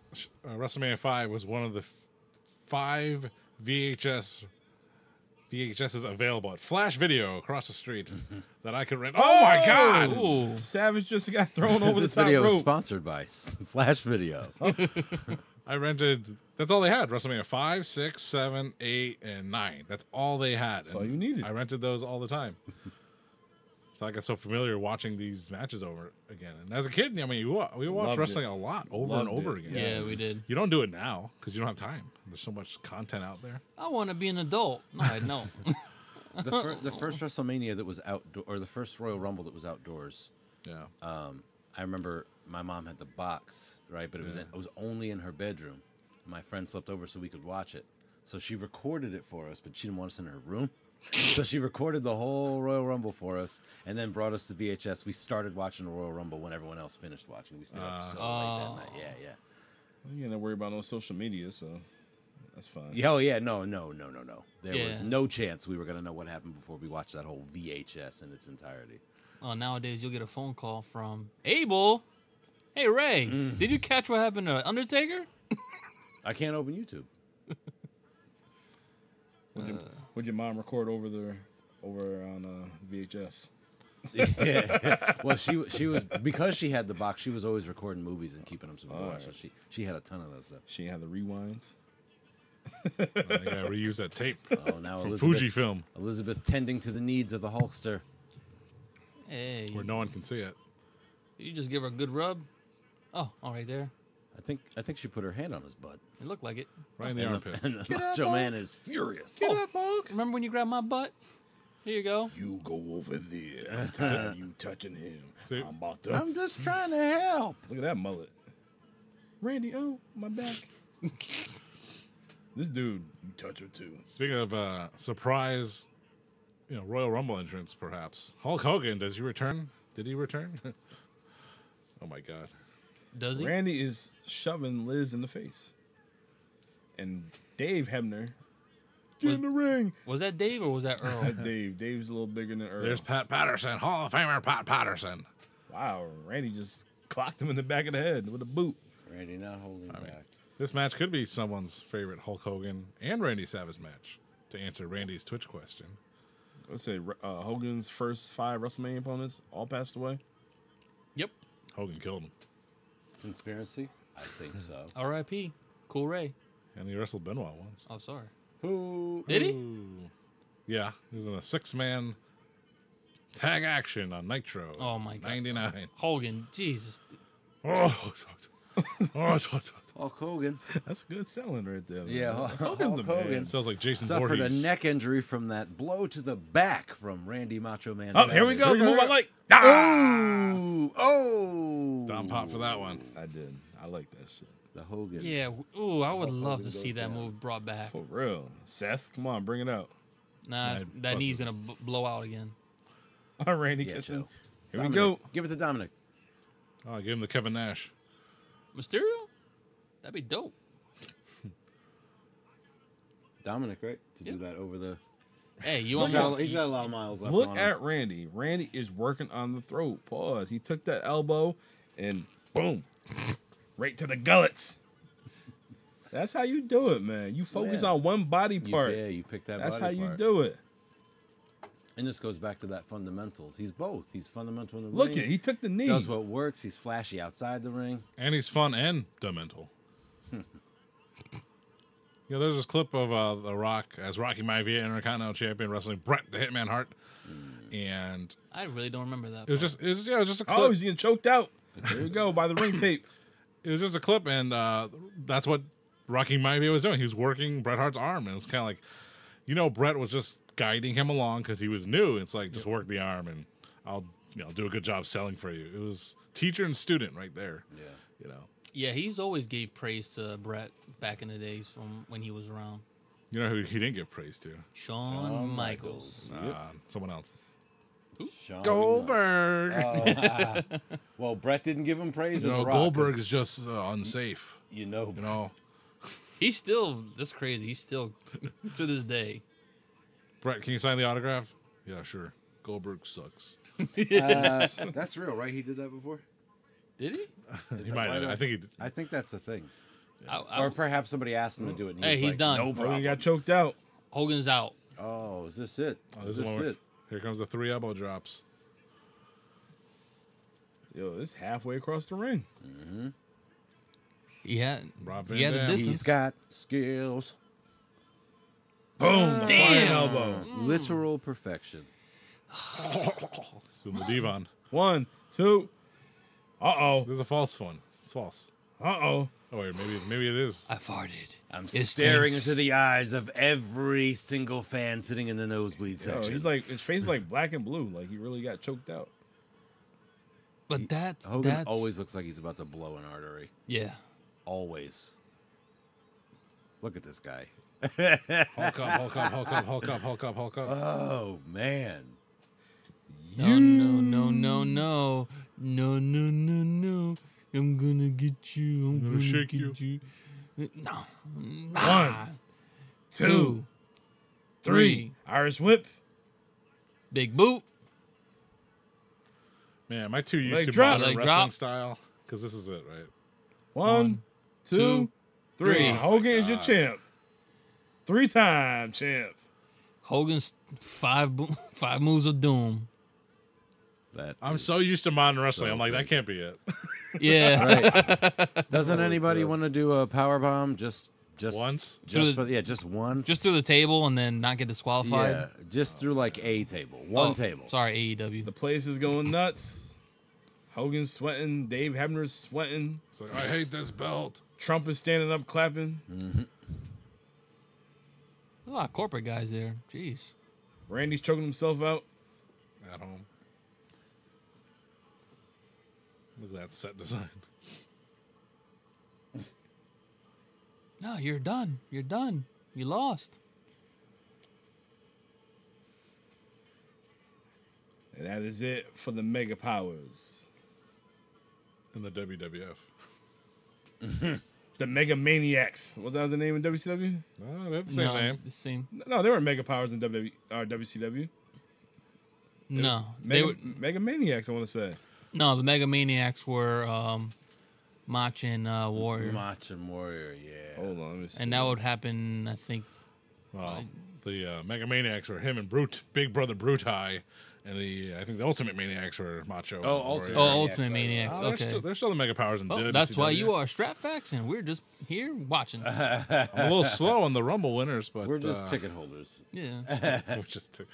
Speaker 1: uh, WrestleMania Five was one of the f- five VHS VHSs available at Flash Video across the street that I could rent. Oh my God!
Speaker 2: Ooh.
Speaker 3: Savage just got thrown over
Speaker 5: this
Speaker 3: the top
Speaker 5: video is
Speaker 3: rope.
Speaker 5: sponsored by Flash Video.
Speaker 1: I rented. That's all they had. WrestleMania five, six, seven, eight, and nine. That's all they had. That's
Speaker 3: all you needed.
Speaker 1: I rented those all the time. so I got so familiar watching these matches over again. And as a kid, I mean, you, wa- we watched
Speaker 3: Loved it.
Speaker 1: wrestling a lot over
Speaker 3: Loved
Speaker 1: and over
Speaker 3: it.
Speaker 1: again.
Speaker 2: Yeah, we did.
Speaker 1: You don't do it now because you don't have time. There's so much content out there.
Speaker 2: I want to be an adult. No, I know.
Speaker 5: the, fir- the first WrestleMania that was outdoor, or the first Royal Rumble that was outdoors.
Speaker 1: Yeah.
Speaker 5: Um, I remember my mom had the box, right? But it was in, it was only in her bedroom. My friend slept over so we could watch it. So she recorded it for us, but she didn't want us in her room. so she recorded the whole Royal Rumble for us, and then brought us the VHS. We started watching the Royal Rumble when everyone else finished
Speaker 3: Ah.
Speaker 5: watching. We stayed up so late that night. Yeah, yeah.
Speaker 3: You ain't gotta worry about no social media, so That's fine.
Speaker 4: Yeah, Oh yeah, no, no, no, no, no. There was
Speaker 2: Yeah.
Speaker 4: no chance we were gonna know what happened before we watched that whole VHS in its entirety.
Speaker 2: Oh, nowadays you'll get a phone call from Abel. Hey Ray, did you catch what happened to Undertaker?
Speaker 4: I can't open YouTube.
Speaker 3: Would your mom record over the over on uh, VHS?
Speaker 4: yeah. Well, she w- she was because she had the box. She was always recording movies and keeping them so we could watch. So she she had a ton of that stuff.
Speaker 3: She had the rewinds.
Speaker 1: I gotta reuse that tape
Speaker 4: Oh, now
Speaker 1: from
Speaker 4: Elizabeth,
Speaker 1: Fujifilm
Speaker 4: Elizabeth tending to the needs of the Hulkster.
Speaker 2: Hey,
Speaker 1: where no one can see it.
Speaker 2: you just give her a good rub. Oh, all right there.
Speaker 4: I think I think she put her hand on his butt.
Speaker 2: It looked like it.
Speaker 1: Right in the armpits.
Speaker 4: And the Macho Man is furious.
Speaker 2: Remember when you grabbed my butt? Here you go.
Speaker 3: You go over there. I'm tired of you touching him.
Speaker 1: See?
Speaker 3: I'm about to.
Speaker 4: I'm just trying to help.
Speaker 3: Look at that mullet. Randy, oh, my back. this dude, you touch her too.
Speaker 1: Speaking of uh, surprise, you know, Royal Rumble entrance, perhaps. Hulk Hogan, does he return? Did he return? oh my God.
Speaker 2: Does he?
Speaker 3: Randy is shoving Liz in the face. And Dave Hebner, get in the ring.
Speaker 2: Was that Dave or was that Earl?
Speaker 3: Dave, Dave's a little bigger than Earl.
Speaker 1: There's Pat Patterson, Hall of Famer Pat Patterson.
Speaker 3: wow, Randy just clocked him in the back of the head with a boot.
Speaker 4: Randy not holding back.
Speaker 1: This match could be someone's favorite Hulk Hogan and Randy Savage match to answer Randy's Twitch question.
Speaker 3: Let's say uh, Hogan's first five WrestleMania opponents all passed away.
Speaker 2: yep.
Speaker 1: Hogan killed him.
Speaker 4: Conspiracy? I think so.
Speaker 2: R.I.P. Cool Ray.
Speaker 1: And he wrestled Benoit once.
Speaker 2: Oh, sorry.
Speaker 4: Who?
Speaker 2: Did he?
Speaker 1: Yeah, he was in a six man tag action on Nitro.
Speaker 2: Oh, my God.
Speaker 1: 99.
Speaker 2: Hogan. Jesus.
Speaker 1: Oh, oh, oh,
Speaker 4: Hulk Hogan.
Speaker 3: That's good selling right there. man.
Speaker 4: Yeah, Hulk
Speaker 3: Hogan's the man.
Speaker 4: Hogan.
Speaker 1: Sounds like Jason
Speaker 4: suffered a
Speaker 1: Voorhees.
Speaker 4: neck injury from that blow to the back from Randy Macho Man.
Speaker 3: Oh, here we go.
Speaker 4: Savage.
Speaker 3: Move I like.
Speaker 4: Ooh, oh,
Speaker 1: Dom pop for that one.
Speaker 3: I did. I like that shit.
Speaker 4: The Hogan.
Speaker 2: Yeah. w- Ooh, I would love to see that move brought back.
Speaker 3: For real. Seth, come on, bring it out.
Speaker 2: Nah,
Speaker 1: Yeah,
Speaker 2: that
Speaker 1: bust
Speaker 2: knee's
Speaker 1: it.
Speaker 2: gonna b- blow out again.
Speaker 3: All right, Randy
Speaker 4: Yeah,
Speaker 3: Kitchen.
Speaker 4: chill.
Speaker 3: Here
Speaker 4: Dominic.
Speaker 3: we go.
Speaker 4: Give it to Dominic.
Speaker 1: Oh, I gave him the Kevin Nash.
Speaker 2: Mysterio? That'd be dope.
Speaker 4: Dominic, right? To
Speaker 2: Yeah.
Speaker 4: do that over the.
Speaker 2: Hey, you
Speaker 4: He's
Speaker 2: want
Speaker 4: got, a,
Speaker 2: to
Speaker 4: he's got a lot of miles left.
Speaker 3: Look
Speaker 4: on him.
Speaker 3: at Randy. Randy is working on the throat. Pause. He took that elbow and boom. right to the gullets. That's how you do it, man. You focus
Speaker 4: Yeah.
Speaker 3: on one body
Speaker 4: You-
Speaker 3: part.
Speaker 4: yeah, you pick that.
Speaker 3: That's
Speaker 4: body
Speaker 3: how you
Speaker 4: part.
Speaker 3: do it.
Speaker 4: And this goes back to that fundamentals. He's both. He's fundamental in the
Speaker 3: Look
Speaker 4: ring.
Speaker 3: at E. he took the knee.
Speaker 4: does what works. He's flashy outside the ring.
Speaker 1: And he's fun and demental. yeah, there's this clip of uh, The Rock as Rocky Maivia, Intercontinental Champion, wrestling Brett the Hitman Hart. And
Speaker 2: I really don't remember that.
Speaker 1: it was
Speaker 2: part.
Speaker 1: just, it was, yeah, it was just a clip.
Speaker 3: oh, he's getting choked out. There you go by the ring tape.
Speaker 1: it was just a clip, and uh, that's what Rocky Maivia was doing. He was working Bret Hart's arm, and it's kind of like, you know, Bret was just guiding him along because he was new. It's like just work the arm, and I'll, you know, do a good job selling for you. It was teacher and student right there.
Speaker 4: Yeah.
Speaker 1: You know,
Speaker 2: yeah, he's always gave praise to Brett back in the days from when he was around.
Speaker 1: you know who he didn't give praise to?
Speaker 2: Shawn Michaels.
Speaker 1: Uh, someone else.
Speaker 4: Shawn
Speaker 1: Goldberg.
Speaker 4: Well, Brett didn't give him praise.
Speaker 1: you
Speaker 4: in
Speaker 1: know,
Speaker 4: the Rock 'cause
Speaker 1: Goldberg is just uh, unsafe.
Speaker 4: You know.
Speaker 1: You know,
Speaker 2: He's still this crazy. He's still to this day.
Speaker 1: Brett, can you sign the autograph? Yeah, sure. Goldberg sucks.
Speaker 4: Uh, that's real, right? He did that before.
Speaker 2: Did he?
Speaker 1: He might.
Speaker 4: why
Speaker 1: have.
Speaker 4: do
Speaker 1: I
Speaker 4: I-
Speaker 1: think he. Did.
Speaker 4: I think that's a thing.
Speaker 2: I, I,
Speaker 4: Or perhaps somebody asked him to do it. And
Speaker 2: Hey,
Speaker 4: was
Speaker 2: he's
Speaker 4: like,
Speaker 2: done.
Speaker 3: Bro,
Speaker 4: No
Speaker 3: Oh, he
Speaker 4: problem.
Speaker 3: got choked out.
Speaker 2: Hogan's out.
Speaker 4: Oh, is this it?
Speaker 1: Oh,
Speaker 4: is
Speaker 1: this is one
Speaker 4: this
Speaker 1: where-
Speaker 4: it?
Speaker 1: Here comes the three elbow drops.
Speaker 3: Yo, it's halfway across the ring.
Speaker 2: Yeah.
Speaker 1: Rob Van
Speaker 2: Yeah, the
Speaker 1: Dam.
Speaker 2: distance.
Speaker 4: He's got skills.
Speaker 3: Boom. the flying
Speaker 2: Damn.
Speaker 3: elbow.
Speaker 4: Literal perfection.
Speaker 1: It's in the Devon.
Speaker 3: One, two. Uh oh.
Speaker 1: This is a false one. It's false.
Speaker 3: Uh oh.
Speaker 1: Oh wait, maybe maybe it is.
Speaker 2: I farted.
Speaker 4: I'm
Speaker 2: It
Speaker 4: staring
Speaker 2: stinks.
Speaker 4: into the eyes of every single fan sitting in the nosebleed
Speaker 3: Yo,
Speaker 4: section.
Speaker 3: Oh, he's like his face is like black and blue. Like he really got choked out.
Speaker 2: But that's
Speaker 4: Hogan
Speaker 2: that's
Speaker 4: always looks like he's about to blow an artery.
Speaker 2: yeah.
Speaker 4: Always. Look at this guy.
Speaker 1: Hulk up, Hulk up, Hulk up, Hulk up, Hulk up, Hulk
Speaker 5: Uh,
Speaker 1: up.
Speaker 4: Oh man.
Speaker 2: No, no, no, no, no, no, no, no, no. I'm gonna get you. I'm gonna,
Speaker 1: shake
Speaker 2: get you.
Speaker 1: you.
Speaker 2: No. Nah.
Speaker 3: One,
Speaker 2: two, three.
Speaker 3: Irish whip.
Speaker 2: Big boot.
Speaker 1: Man, my two used
Speaker 3: Leg
Speaker 1: to
Speaker 3: drop.
Speaker 1: modern
Speaker 2: Leg
Speaker 1: wrestling
Speaker 2: drop.
Speaker 1: style because this is it, right?
Speaker 3: One, two,
Speaker 2: two,
Speaker 3: three.
Speaker 2: three.
Speaker 3: Hogan is your champ. Three time champ.
Speaker 2: Hogan's five bo- five moves of doom.
Speaker 4: That
Speaker 1: I'm so used to modern wrestling. I'm like, that
Speaker 4: crazy.
Speaker 1: can't be it.
Speaker 2: Yeah.
Speaker 4: right. Doesn't anybody want to do a power bomb just just
Speaker 1: Once.
Speaker 4: Just
Speaker 2: Through
Speaker 4: for yeah, just one.
Speaker 2: Just through the table and then not get disqualified.
Speaker 4: yeah, just through like a table,
Speaker 2: One
Speaker 4: one table.
Speaker 2: Sorry, E AEW.
Speaker 3: The place is going nuts. Hogan's sweating. Dave Hebner's sweating.
Speaker 1: It's like, I hate this belt.
Speaker 3: Trump is standing up clapping.
Speaker 2: There's a lot of corporate guys there. Jeez.
Speaker 3: Randy's choking himself out.
Speaker 1: At home. Look at that set design.
Speaker 2: No, you're done. You're done. You lost.
Speaker 3: And that is it for the Mega Powers.
Speaker 1: In the WWF.
Speaker 3: The Mega Maniacs. Was that the name in WCW?
Speaker 1: No, they have the same
Speaker 2: no,
Speaker 1: name.
Speaker 2: The same.
Speaker 3: No, they weren't Mega Powers in WWE or WCW.
Speaker 2: No,
Speaker 3: Mega,
Speaker 2: they were,
Speaker 3: Mega Maniacs, I want to say.
Speaker 2: no. The Mega Maniacs were um, Mach and uh, Warrior,
Speaker 4: Machin Warrior, yeah.
Speaker 3: Hold on. Let me see.
Speaker 2: and that would happen. I think
Speaker 1: Well, the uh, Mega Maniacs were him and Brute, Big Brother Brutai, and the I think the Ultimate Maniacs were Macho. and
Speaker 4: Oh,
Speaker 1: Warrior.
Speaker 4: Ultimate.
Speaker 2: Oh,
Speaker 4: Maniacs,
Speaker 2: Ultimate
Speaker 4: I-
Speaker 2: Maniacs.
Speaker 1: Oh, they're,
Speaker 2: okay.
Speaker 1: still, they're still the Mega Powers in E.
Speaker 2: well,
Speaker 1: WCW.
Speaker 2: that's why you are Strat Facts, and we're just here watching.
Speaker 1: I'm a little slow on the Rumble winners, but
Speaker 4: We're just
Speaker 1: uh,
Speaker 4: ticket holders.
Speaker 2: yeah.
Speaker 1: we're just tick-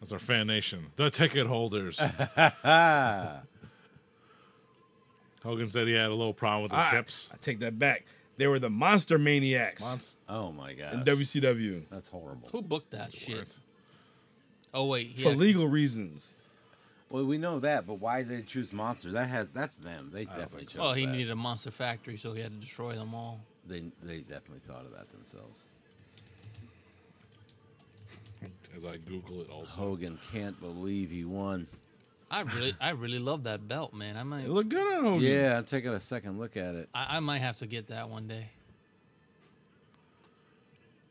Speaker 1: that's our fan nation, the ticket holders.
Speaker 4: Ah,
Speaker 1: Hogan said he had a little problem with his
Speaker 3: I,
Speaker 1: hips.
Speaker 3: I take that back. They were the Monster Maniacs
Speaker 1: Monst-
Speaker 4: oh my gosh.
Speaker 3: in WCW
Speaker 4: That's horrible.
Speaker 2: Who booked that shit? Oh wait,
Speaker 3: for
Speaker 2: yeah.
Speaker 3: legal reasons.
Speaker 4: Well, we know that, but why did they choose Monster? That has that's them. They definitely chose.
Speaker 2: Well, Oh, he
Speaker 4: that.
Speaker 2: needed a monster factory, so he had to destroy them all.
Speaker 4: They they definitely thought of that themselves.
Speaker 1: As I Google it, also
Speaker 4: Hogan can't believe he won.
Speaker 2: I really, I really love that belt, man. I might,
Speaker 3: It looked good on Hogan.
Speaker 4: Yeah, I'm taking a second look at it.
Speaker 2: I, I might have to get that one day.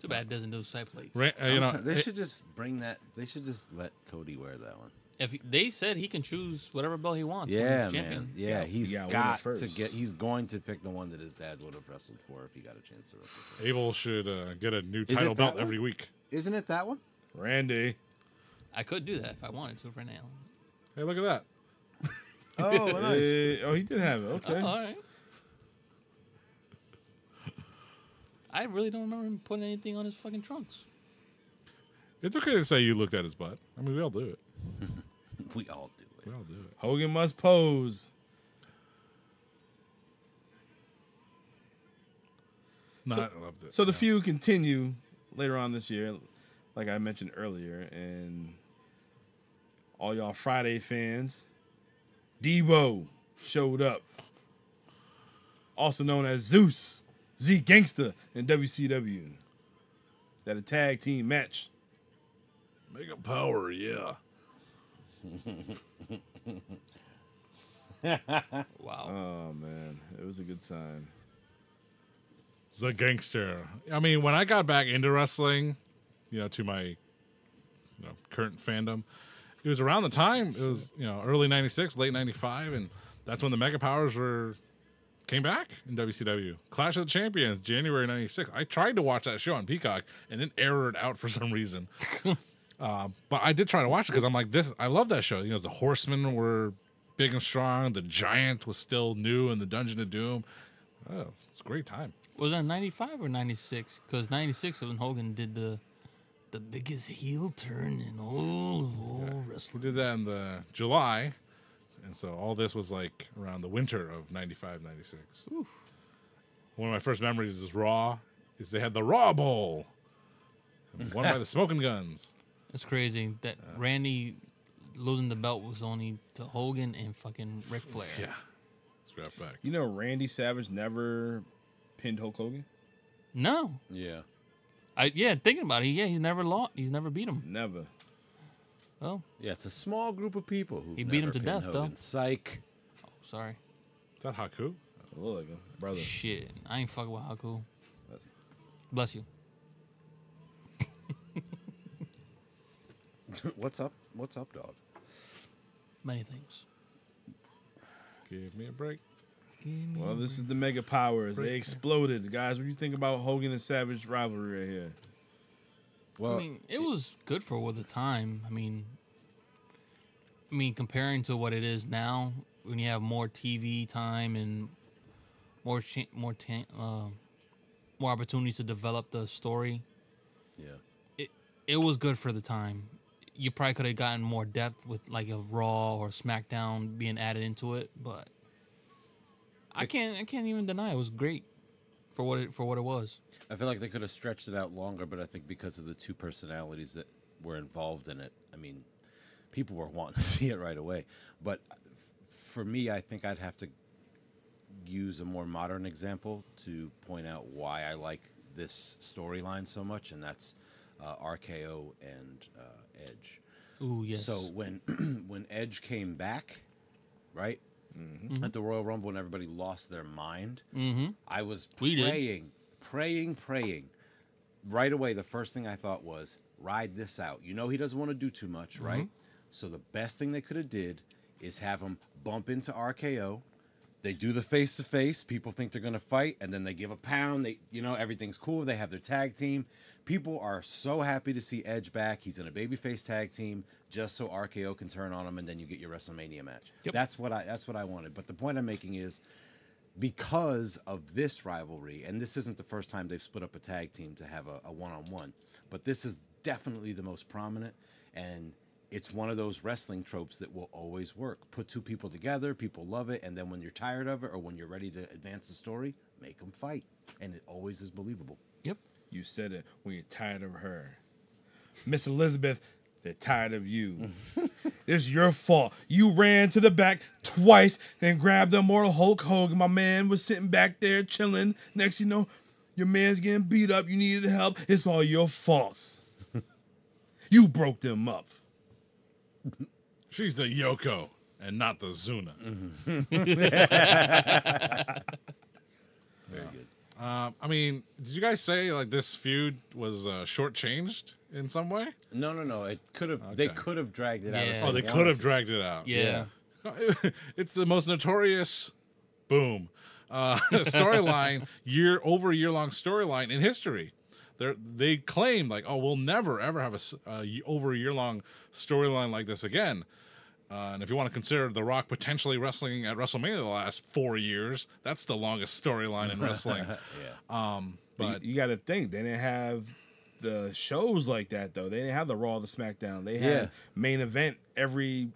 Speaker 2: Too bad it doesn't do side plates.
Speaker 1: Ra- uh, you
Speaker 4: I'm
Speaker 1: know,
Speaker 4: t- they
Speaker 1: it-
Speaker 4: should just bring that. They should just let Cody wear that one.
Speaker 2: If he- they said he can choose whatever belt he wants, when
Speaker 4: Yeah,
Speaker 2: he's champion.
Speaker 4: man. Yeah, he's
Speaker 3: yeah, win it
Speaker 4: got to
Speaker 3: first.
Speaker 4: get. He's going to pick the one that his dad would have wrestled for if he got a chance to wrestle. For.
Speaker 1: Abel should uh, get a new
Speaker 4: it
Speaker 1: title
Speaker 4: that
Speaker 1: belt
Speaker 4: one?
Speaker 1: every week.
Speaker 4: Isn't it that one?
Speaker 3: Randy.
Speaker 2: I could do that if I wanted to for now.
Speaker 1: Hey, look at that.
Speaker 4: Oh, nice.
Speaker 3: Eh, oh, he did have it. Okay.
Speaker 2: Oh, all right. I really don't remember him putting anything on his fucking trunks.
Speaker 1: It's okay to say you looked at his butt. I mean, we all do it.
Speaker 4: We all do it.
Speaker 1: We all do it.
Speaker 3: Hogan must pose.
Speaker 1: Not I loved it.
Speaker 3: So the feud continue later on this year, like I mentioned earlier, and all y'all Friday fans, Debo showed up, also known as Zeus, Z Gangster in WCW. That a tag team match.
Speaker 1: Mega power, yeah.
Speaker 2: Wow.
Speaker 4: Uh.
Speaker 3: Oh man, it was a good time.
Speaker 1: The gangster. I mean, when I got back into wrestling, you know, to my you know, current fandom, it was around the time it was you know early '96, late '95, and that's when the Mega Powers were came back in WCW. Clash of the Champions, January '96. I tried to watch that show on Peacock, and it errored out for some reason. Uh, But I did try to watch it because I'm like, this. I love that show. You know, the Horsemen were big and strong. The Giant was still new in the Dungeon of Doom. Oh, it's a great time.
Speaker 2: was that 95 or 96? Because 96 is when Hogan did the the biggest heel turn in all of all
Speaker 1: We
Speaker 2: wrestling.
Speaker 1: did that in the July, and so all this was like around the winter of 95, 96. One of my first memories is Raw. Is they had the Raw Bowl, and won by the Smoking Guns.
Speaker 2: It's crazy that Randy losing the belt was only to Hogan and fucking Ric Flair.
Speaker 1: Yeah, scrap back.
Speaker 3: You know, Randy Savage never pinned Hulk Hogan.
Speaker 2: No,
Speaker 4: Yeah.
Speaker 2: I yeah, thinking about it, yeah, he's never lost. He's never beat him.
Speaker 3: Never.
Speaker 2: Oh,
Speaker 4: Yeah, it's a small group of people who
Speaker 2: He beat him to death, though.
Speaker 4: Psych.
Speaker 2: sorry.
Speaker 1: Is that Haku?
Speaker 3: I look like a brother.
Speaker 2: Shit, I ain't fucking with Haku. Bless you.
Speaker 4: what's up? What's up, dog?
Speaker 2: Many things.
Speaker 1: Give me a break.
Speaker 3: Well, this is the mega powers. They exploded, guys. What do you think about Hogan and Savage rivalry right here?
Speaker 4: Well,
Speaker 2: I mean, it was good for the time. I mean, I mean, comparing to what it is now, when you have more TV time and more ch- more ta- uh, more opportunities to develop the story,
Speaker 4: yeah.
Speaker 2: it it was good for the time. You probably could have gotten more depth with like a Raw or SmackDown being added into it, but I can't I can't even deny it was great for what it for what it was.
Speaker 4: I feel like they could have stretched it out longer, but I think because of the two personalities that were involved in it, I mean, people were wanting to see it right away. But f- for me, I think I'd have to use a more modern example to point out why I like this storyline so much, and that's uh, RKO and uh, Edge.
Speaker 2: Ooh yes.
Speaker 4: So when when Edge came back, right at the Royal Rumble, and everybody lost their mind,
Speaker 2: mm-hmm.
Speaker 4: I was
Speaker 2: We did.
Speaker 4: praying, praying, praying. Right away, the first thing I thought was ride this out. You know he doesn't want to do too much,
Speaker 2: Mm-hmm.
Speaker 4: right? So the best thing they could have did is have him bump into RKO. They do the face to face. People think they're gonna fight, and then they give a pound. They, you know, everything's cool. They have their tag team. People are so happy to see Edge back. He's in a babyface tag team just so RKO can turn on him, and then you get your WrestleMania match.
Speaker 2: Yep.
Speaker 4: That's what I. That's what I wanted. But the point I'm making is, because of this rivalry, and this isn't the first time they've split up a tag team to have a one on one, but this is definitely the most prominent. And it's one of those wrestling tropes that will always work. Put two people together, people love it. And then when you're tired of it or when you're ready to advance the story, make them fight. And it always is believable.
Speaker 2: Yep.
Speaker 3: You said it when you're tired of her. Miss Elizabeth, they're tired of you. it's your fault. You ran to the back twice and grabbed the immortal Hulk Hogan. My man was sitting back there chilling. Next you know, your man's getting beat up. You needed help. It's all your faults. you broke them up.
Speaker 1: She's the Yoko and not the Zuna.
Speaker 4: Very good.
Speaker 1: Um, I mean, did you guys say like this feud was uh, shortchanged in some way?
Speaker 4: No, no, no. It could have, they
Speaker 1: Okay.
Speaker 4: could have dragged it out. if
Speaker 2: Yeah.
Speaker 1: Oh, they
Speaker 4: wanted
Speaker 1: could have
Speaker 4: to.
Speaker 1: dragged it out.
Speaker 2: yeah.
Speaker 1: it's the most notorious boom uh, storyline year over year long storyline in history they they claim like oh we'll never ever have a s- a y- over a year long storyline like this again uh, and if you want to consider The Rock potentially wrestling at WrestleMania the last four years, that's the longest storyline in wrestling. Um, but
Speaker 3: you, got to think they didn't have the shows like that though. They didn't have the Raw, the SmackDown. They had
Speaker 4: Yeah.
Speaker 3: main event every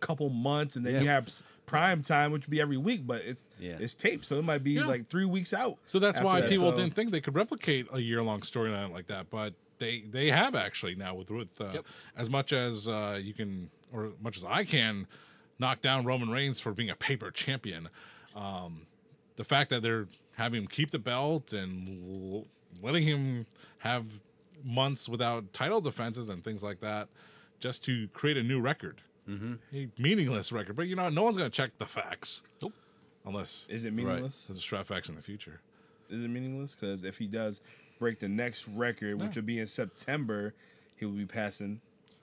Speaker 3: couple months, and then you
Speaker 4: Yeah.
Speaker 3: have s- prime time, which would be every week. But it's
Speaker 4: Yeah.
Speaker 3: it's taped, so it might be
Speaker 1: Yeah.
Speaker 3: like three weeks out.
Speaker 1: So that's
Speaker 3: after
Speaker 1: why
Speaker 3: that,
Speaker 1: people
Speaker 3: so-
Speaker 1: didn't think they could replicate a year long storyline like that, but they they have actually now with with uh,
Speaker 2: Yep.
Speaker 1: as much as uh, you can or as much as I can knock down Roman Reigns for being a paper champion. Um, the fact that they're having him keep the belt and l- letting him have months without title defenses and things like that just to create a new record. Mm-hmm. A meaningless record, but you know, no one's going to check the facts.
Speaker 2: Nope.
Speaker 1: Unless
Speaker 3: Is it meaningless?
Speaker 1: there's a strap facts in the future.
Speaker 3: Is it meaningless? Because if he does break the next record, which will be in September, he will be passing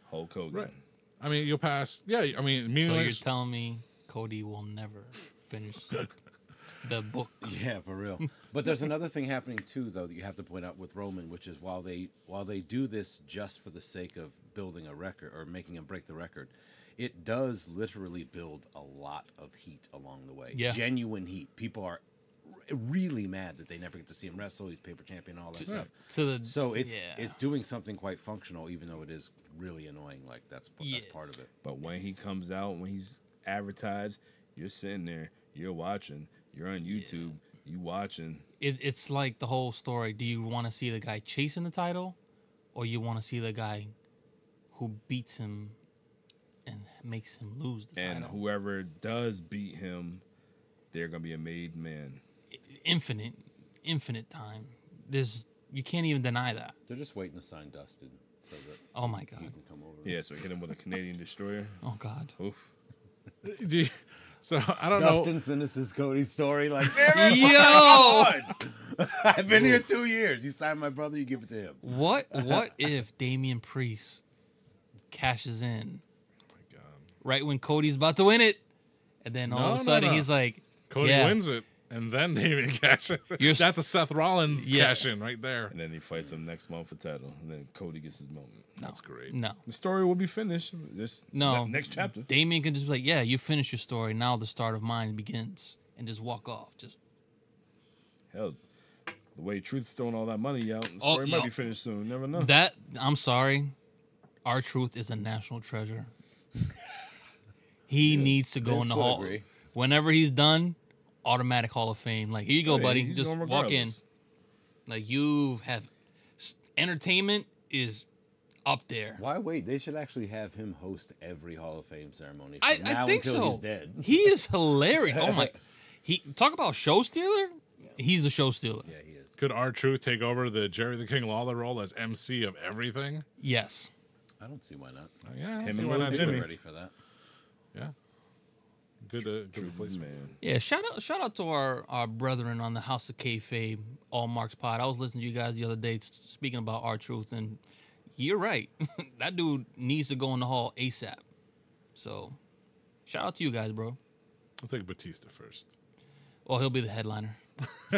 Speaker 3: Hulk Hogan.
Speaker 1: Right. I mean, you'll pass. Yeah, I mean,
Speaker 2: So you're
Speaker 1: meaningless.
Speaker 2: telling me Cody will never finish the book?
Speaker 4: Yeah, for real. But there's another thing happening too, though, that you have to point out with Roman, which is while they while they do this just for the sake of building a record or making him break the record, it does literally build a lot of heat along the way.
Speaker 2: Yeah.
Speaker 4: genuine heat. People are r- really mad that they never get to see him wrestle. He's paper champion, all that stuff.
Speaker 2: To the
Speaker 4: So it's
Speaker 2: yeah.
Speaker 4: it's doing something quite functional, even though it is really annoying. Like that's that's
Speaker 2: Yeah.
Speaker 4: part of it.
Speaker 3: But when he comes out, when he's advertised, you're sitting there, you're watching, you're on YouTube, you watching.
Speaker 2: it, it's like the whole story. Do you want to see the guy chasing the title, or you want to see the guy who beats him and makes him lose the
Speaker 3: And
Speaker 2: title?
Speaker 3: whoever does beat him, they're gonna be a made man.
Speaker 2: Infinite, infinite time. There's you can't even deny that.
Speaker 4: They're just waiting to sign Dustin so that
Speaker 2: Oh my
Speaker 4: he
Speaker 2: god.
Speaker 4: can come over.
Speaker 3: Yeah, so hit him with a Canadian destroyer.
Speaker 2: Oh god.
Speaker 3: Oof.
Speaker 1: Do you- so I don't know.
Speaker 4: Dustin finishes Cody's story like
Speaker 2: Yo.
Speaker 4: I've been here two years. You sign my brother, you give it to him.
Speaker 2: What what if Damian Priest cashes in. Right when Cody's about to win it, and then all
Speaker 1: No,
Speaker 2: of a
Speaker 1: no,
Speaker 2: sudden
Speaker 1: no.
Speaker 2: he's like,
Speaker 1: Cody
Speaker 2: yeah.
Speaker 1: wins it, and then David cashes. in.
Speaker 2: You're s-
Speaker 1: That's a Seth Rollins
Speaker 2: Yeah.
Speaker 1: cash in right there.
Speaker 3: And then he fights him next month for title, and then Cody gets his moment.
Speaker 2: No,
Speaker 1: That's great.
Speaker 2: No,
Speaker 3: The story will be finished. This
Speaker 2: no.
Speaker 3: ne- next chapter.
Speaker 2: Damien can just be like, "Yeah, you finish your story. Now the start of mine begins," and just walk off. Just
Speaker 3: Hell, the way Truth's throwing all that money out, the
Speaker 2: Oh,
Speaker 3: story might
Speaker 2: no.
Speaker 3: be finished soon. Never know.
Speaker 2: that. I'm sorry, our truth is a national treasure. he needs to go in
Speaker 4: Vince
Speaker 2: the
Speaker 4: will
Speaker 2: hall.
Speaker 4: agree.
Speaker 2: Whenever he's done, automatic Hall of Fame. Like here you go,
Speaker 3: Hey,
Speaker 2: buddy.
Speaker 3: Oh, he's
Speaker 2: Just
Speaker 3: going
Speaker 2: walk in.
Speaker 3: regardless.
Speaker 2: Like you have s- entertainment is up there.
Speaker 4: Why wait? They should actually have him host every Hall of Fame ceremony.
Speaker 2: I,
Speaker 4: from
Speaker 2: I
Speaker 4: now
Speaker 2: think
Speaker 4: until
Speaker 2: so.
Speaker 4: He's dead.
Speaker 2: He is hilarious. oh my, he talk about show stealer. He's the show stealer.
Speaker 4: yeah, he is.
Speaker 1: Could R Truth take over the Jerry the King Lawler role as MC of everything?
Speaker 2: Yes.
Speaker 4: I don't see why not.
Speaker 1: Uh, yeah, I don't
Speaker 3: Him
Speaker 1: see
Speaker 3: and
Speaker 1: why
Speaker 3: Lil
Speaker 1: not
Speaker 4: They were
Speaker 1: Jimmy.
Speaker 4: ready for that.
Speaker 1: Yeah, good, uh, good replacement.
Speaker 3: Man,
Speaker 2: Yeah. Shout out shout out to our our brethren on the House of Kayfabe All Marks Pod. I was listening to you guys the other day s- speaking about our truth, and you're right. that dude needs to go in the hall ASAP. So, shout out to you guys, bro.
Speaker 1: I'll take Batista first.
Speaker 2: Oh, he'll be the headliner.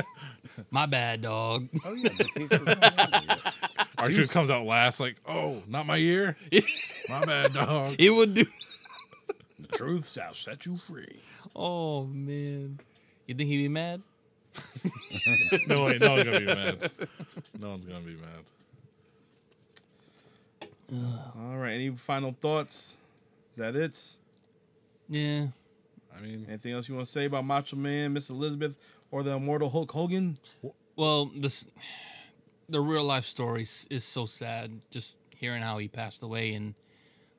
Speaker 2: my bad, dog.
Speaker 4: Oh yeah, Batista's not ready yet.
Speaker 1: R Truth comes out last, like, oh, not my year. my bad, dog.
Speaker 2: It would do.
Speaker 3: Truth shall set you free.
Speaker 2: Oh man, you think he'd be mad?
Speaker 1: No, wait, no one's gonna be mad. No one's gonna be mad.
Speaker 3: All right. Any final thoughts? Is that it?
Speaker 2: Yeah.
Speaker 1: I mean,
Speaker 3: Anything else you want to say about Macho Man, Miss Elizabeth, or the immortal Hulk Hogan?
Speaker 2: Well, this the real life story s- is so sad. Just hearing how he passed away and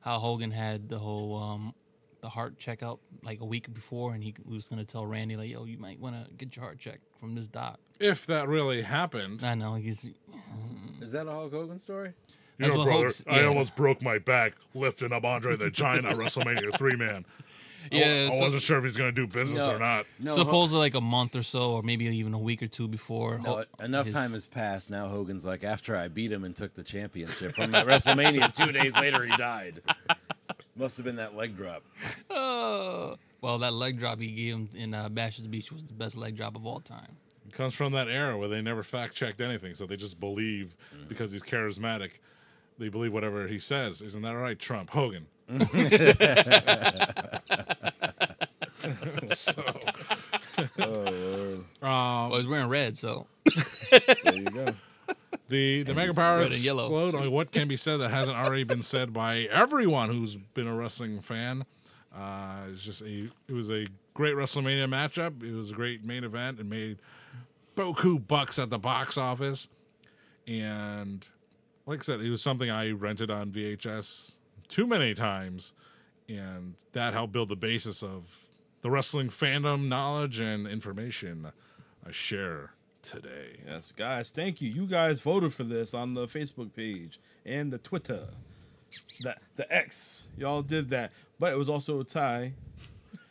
Speaker 2: how Hogan had the whole um, the heart checkup like a week before, and he was gonna tell Randy like, "Yo, you might wanna get your heart checked from this doc."
Speaker 1: if that really happened,
Speaker 2: I know he's
Speaker 4: Is that a Hulk Hogan story?
Speaker 1: you
Speaker 2: That's
Speaker 1: know,
Speaker 2: what
Speaker 1: brother,
Speaker 2: Hulk's-
Speaker 1: I
Speaker 2: yeah.
Speaker 1: almost broke my back lifting up Andre the Giant at WrestleMania three man.
Speaker 2: yeah.
Speaker 1: I
Speaker 2: so-
Speaker 1: wasn't sure if he's gonna do business or not.
Speaker 4: No, Hulk-
Speaker 2: supposedly like a month or so, or maybe even a week or two before.
Speaker 4: No,
Speaker 2: Hulk-
Speaker 4: enough
Speaker 2: his-
Speaker 4: time has passed. Now Hogan's like, after I beat him and took the championship from that WrestleMania, two days later he died. Must have been that leg drop.
Speaker 2: Oh. Well, that leg drop he gave him in uh, Bash at the Beach was the best leg drop of all time.
Speaker 1: It comes from that era where they never fact checked anything, so they just believe because he's charismatic. They believe whatever he says. Isn't that right, Trump? Hogan.
Speaker 2: Well, he's wearing red, so
Speaker 3: There you go.
Speaker 1: The the mega
Speaker 2: red
Speaker 1: power
Speaker 2: and yellow.
Speaker 1: explode on what can be said that hasn't already been said by everyone who's been a wrestling fan. Uh, it's just a it was a great WrestleMania matchup. It was a great main event. It made Boku bucks at the box office, and like I said, it was something I rented on VHS too many times, and that helped build the basis of the wrestling fandom knowledge and information I share today.
Speaker 3: Yes, guys, thank you. You guys voted for this on the Facebook page and the Twitter, the the X. Y'all did that, but it was also a tie.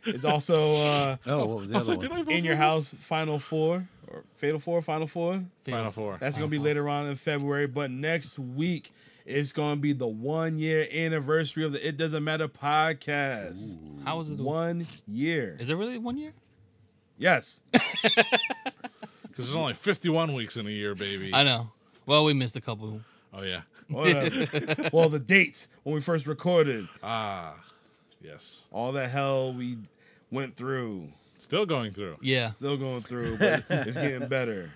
Speaker 3: It's also uh,
Speaker 4: Oh, what was the
Speaker 1: I was
Speaker 4: other
Speaker 1: like, did
Speaker 4: one?
Speaker 1: I vote
Speaker 3: in
Speaker 1: for
Speaker 3: your
Speaker 1: this?
Speaker 3: house Final Four or Fatal Four Final Four.
Speaker 1: Final four.
Speaker 3: That's gonna be later on in February, but next week it's gonna be the one year anniversary of the It Doesn't Matter podcast.
Speaker 2: How was it? the-
Speaker 3: One year,
Speaker 2: Is it really one year?
Speaker 3: yes.
Speaker 1: Because there's only 51 weeks in a year, baby.
Speaker 2: I know. Well, we missed a couple.
Speaker 1: oh, yeah.
Speaker 3: Oh, yeah. well, the dates when we first recorded,
Speaker 1: Ah, yes.
Speaker 3: all the hell we went through.
Speaker 1: Still going through.
Speaker 2: Yeah.
Speaker 3: still going through, but it's getting better.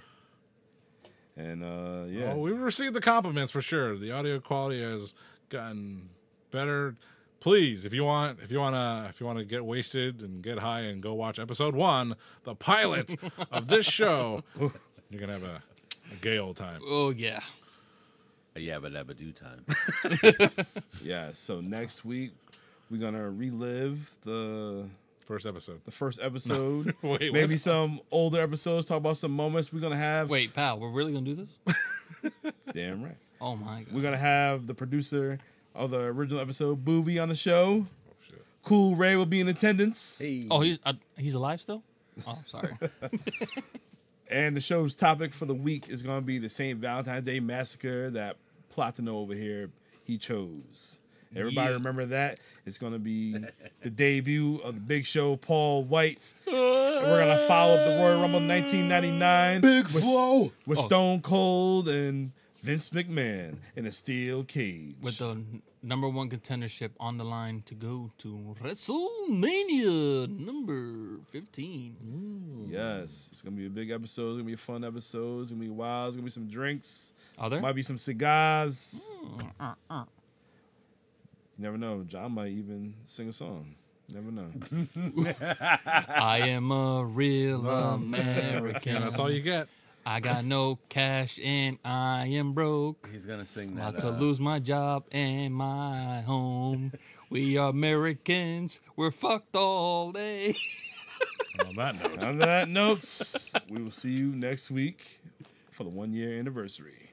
Speaker 3: And uh yeah,
Speaker 1: Oh, we've received the compliments for sure. The audio quality has gotten better. Please, if you want, if you wanna, if you wanna get wasted and get high and go watch episode one, the pilot of this show, you're gonna have a, a gay old time.
Speaker 2: Oh yeah.
Speaker 4: A yabba dabba do time.
Speaker 3: yeah. So next week we're gonna relive the
Speaker 1: First episode.
Speaker 3: the first episode.
Speaker 1: Wait, what?
Speaker 3: Maybe some older episodes. Talk about some moments we're gonna have.
Speaker 2: Wait, pal, we're really gonna do this?
Speaker 3: Damn right.
Speaker 2: Oh my god.
Speaker 3: We're gonna have the producer of the original episode, Booby, on the show.
Speaker 1: Oh,
Speaker 3: Cool Ray will be in attendance,
Speaker 4: Hey.
Speaker 2: Oh, he's uh, he's alive still. Oh, sorry.
Speaker 3: and the show's topic for the week is gonna be the Saint Valentine's Day massacre that Platino over here he chose. Everybody
Speaker 6: Yeah.
Speaker 3: remember that. It's gonna be the debut of the Big Show, Paul White. And we're gonna follow up the Royal Rumble 1999
Speaker 6: Big Slow.
Speaker 3: with
Speaker 2: Oh.
Speaker 3: Stone Cold and Vince McMahon in a steel cage.
Speaker 2: with the n- number one contendership on the line to go to WrestleMania number 15.
Speaker 3: yes, it's gonna be a big episode. It's gonna be a fun episode. It's gonna be wild. It's gonna be some drinks.
Speaker 2: Are there?
Speaker 3: Might be some cigars. You never know. John might even sing a song. You never know.
Speaker 2: I am a real American.
Speaker 1: Yeah, that's all you get.
Speaker 2: I got no cash and I am broke.
Speaker 4: He's gonna sing that.
Speaker 2: About to
Speaker 4: uh,
Speaker 2: lose my job and my home. we are Americans. We're fucked all day.
Speaker 1: On that note.
Speaker 3: On that notes, we will see you next week for the one year anniversary.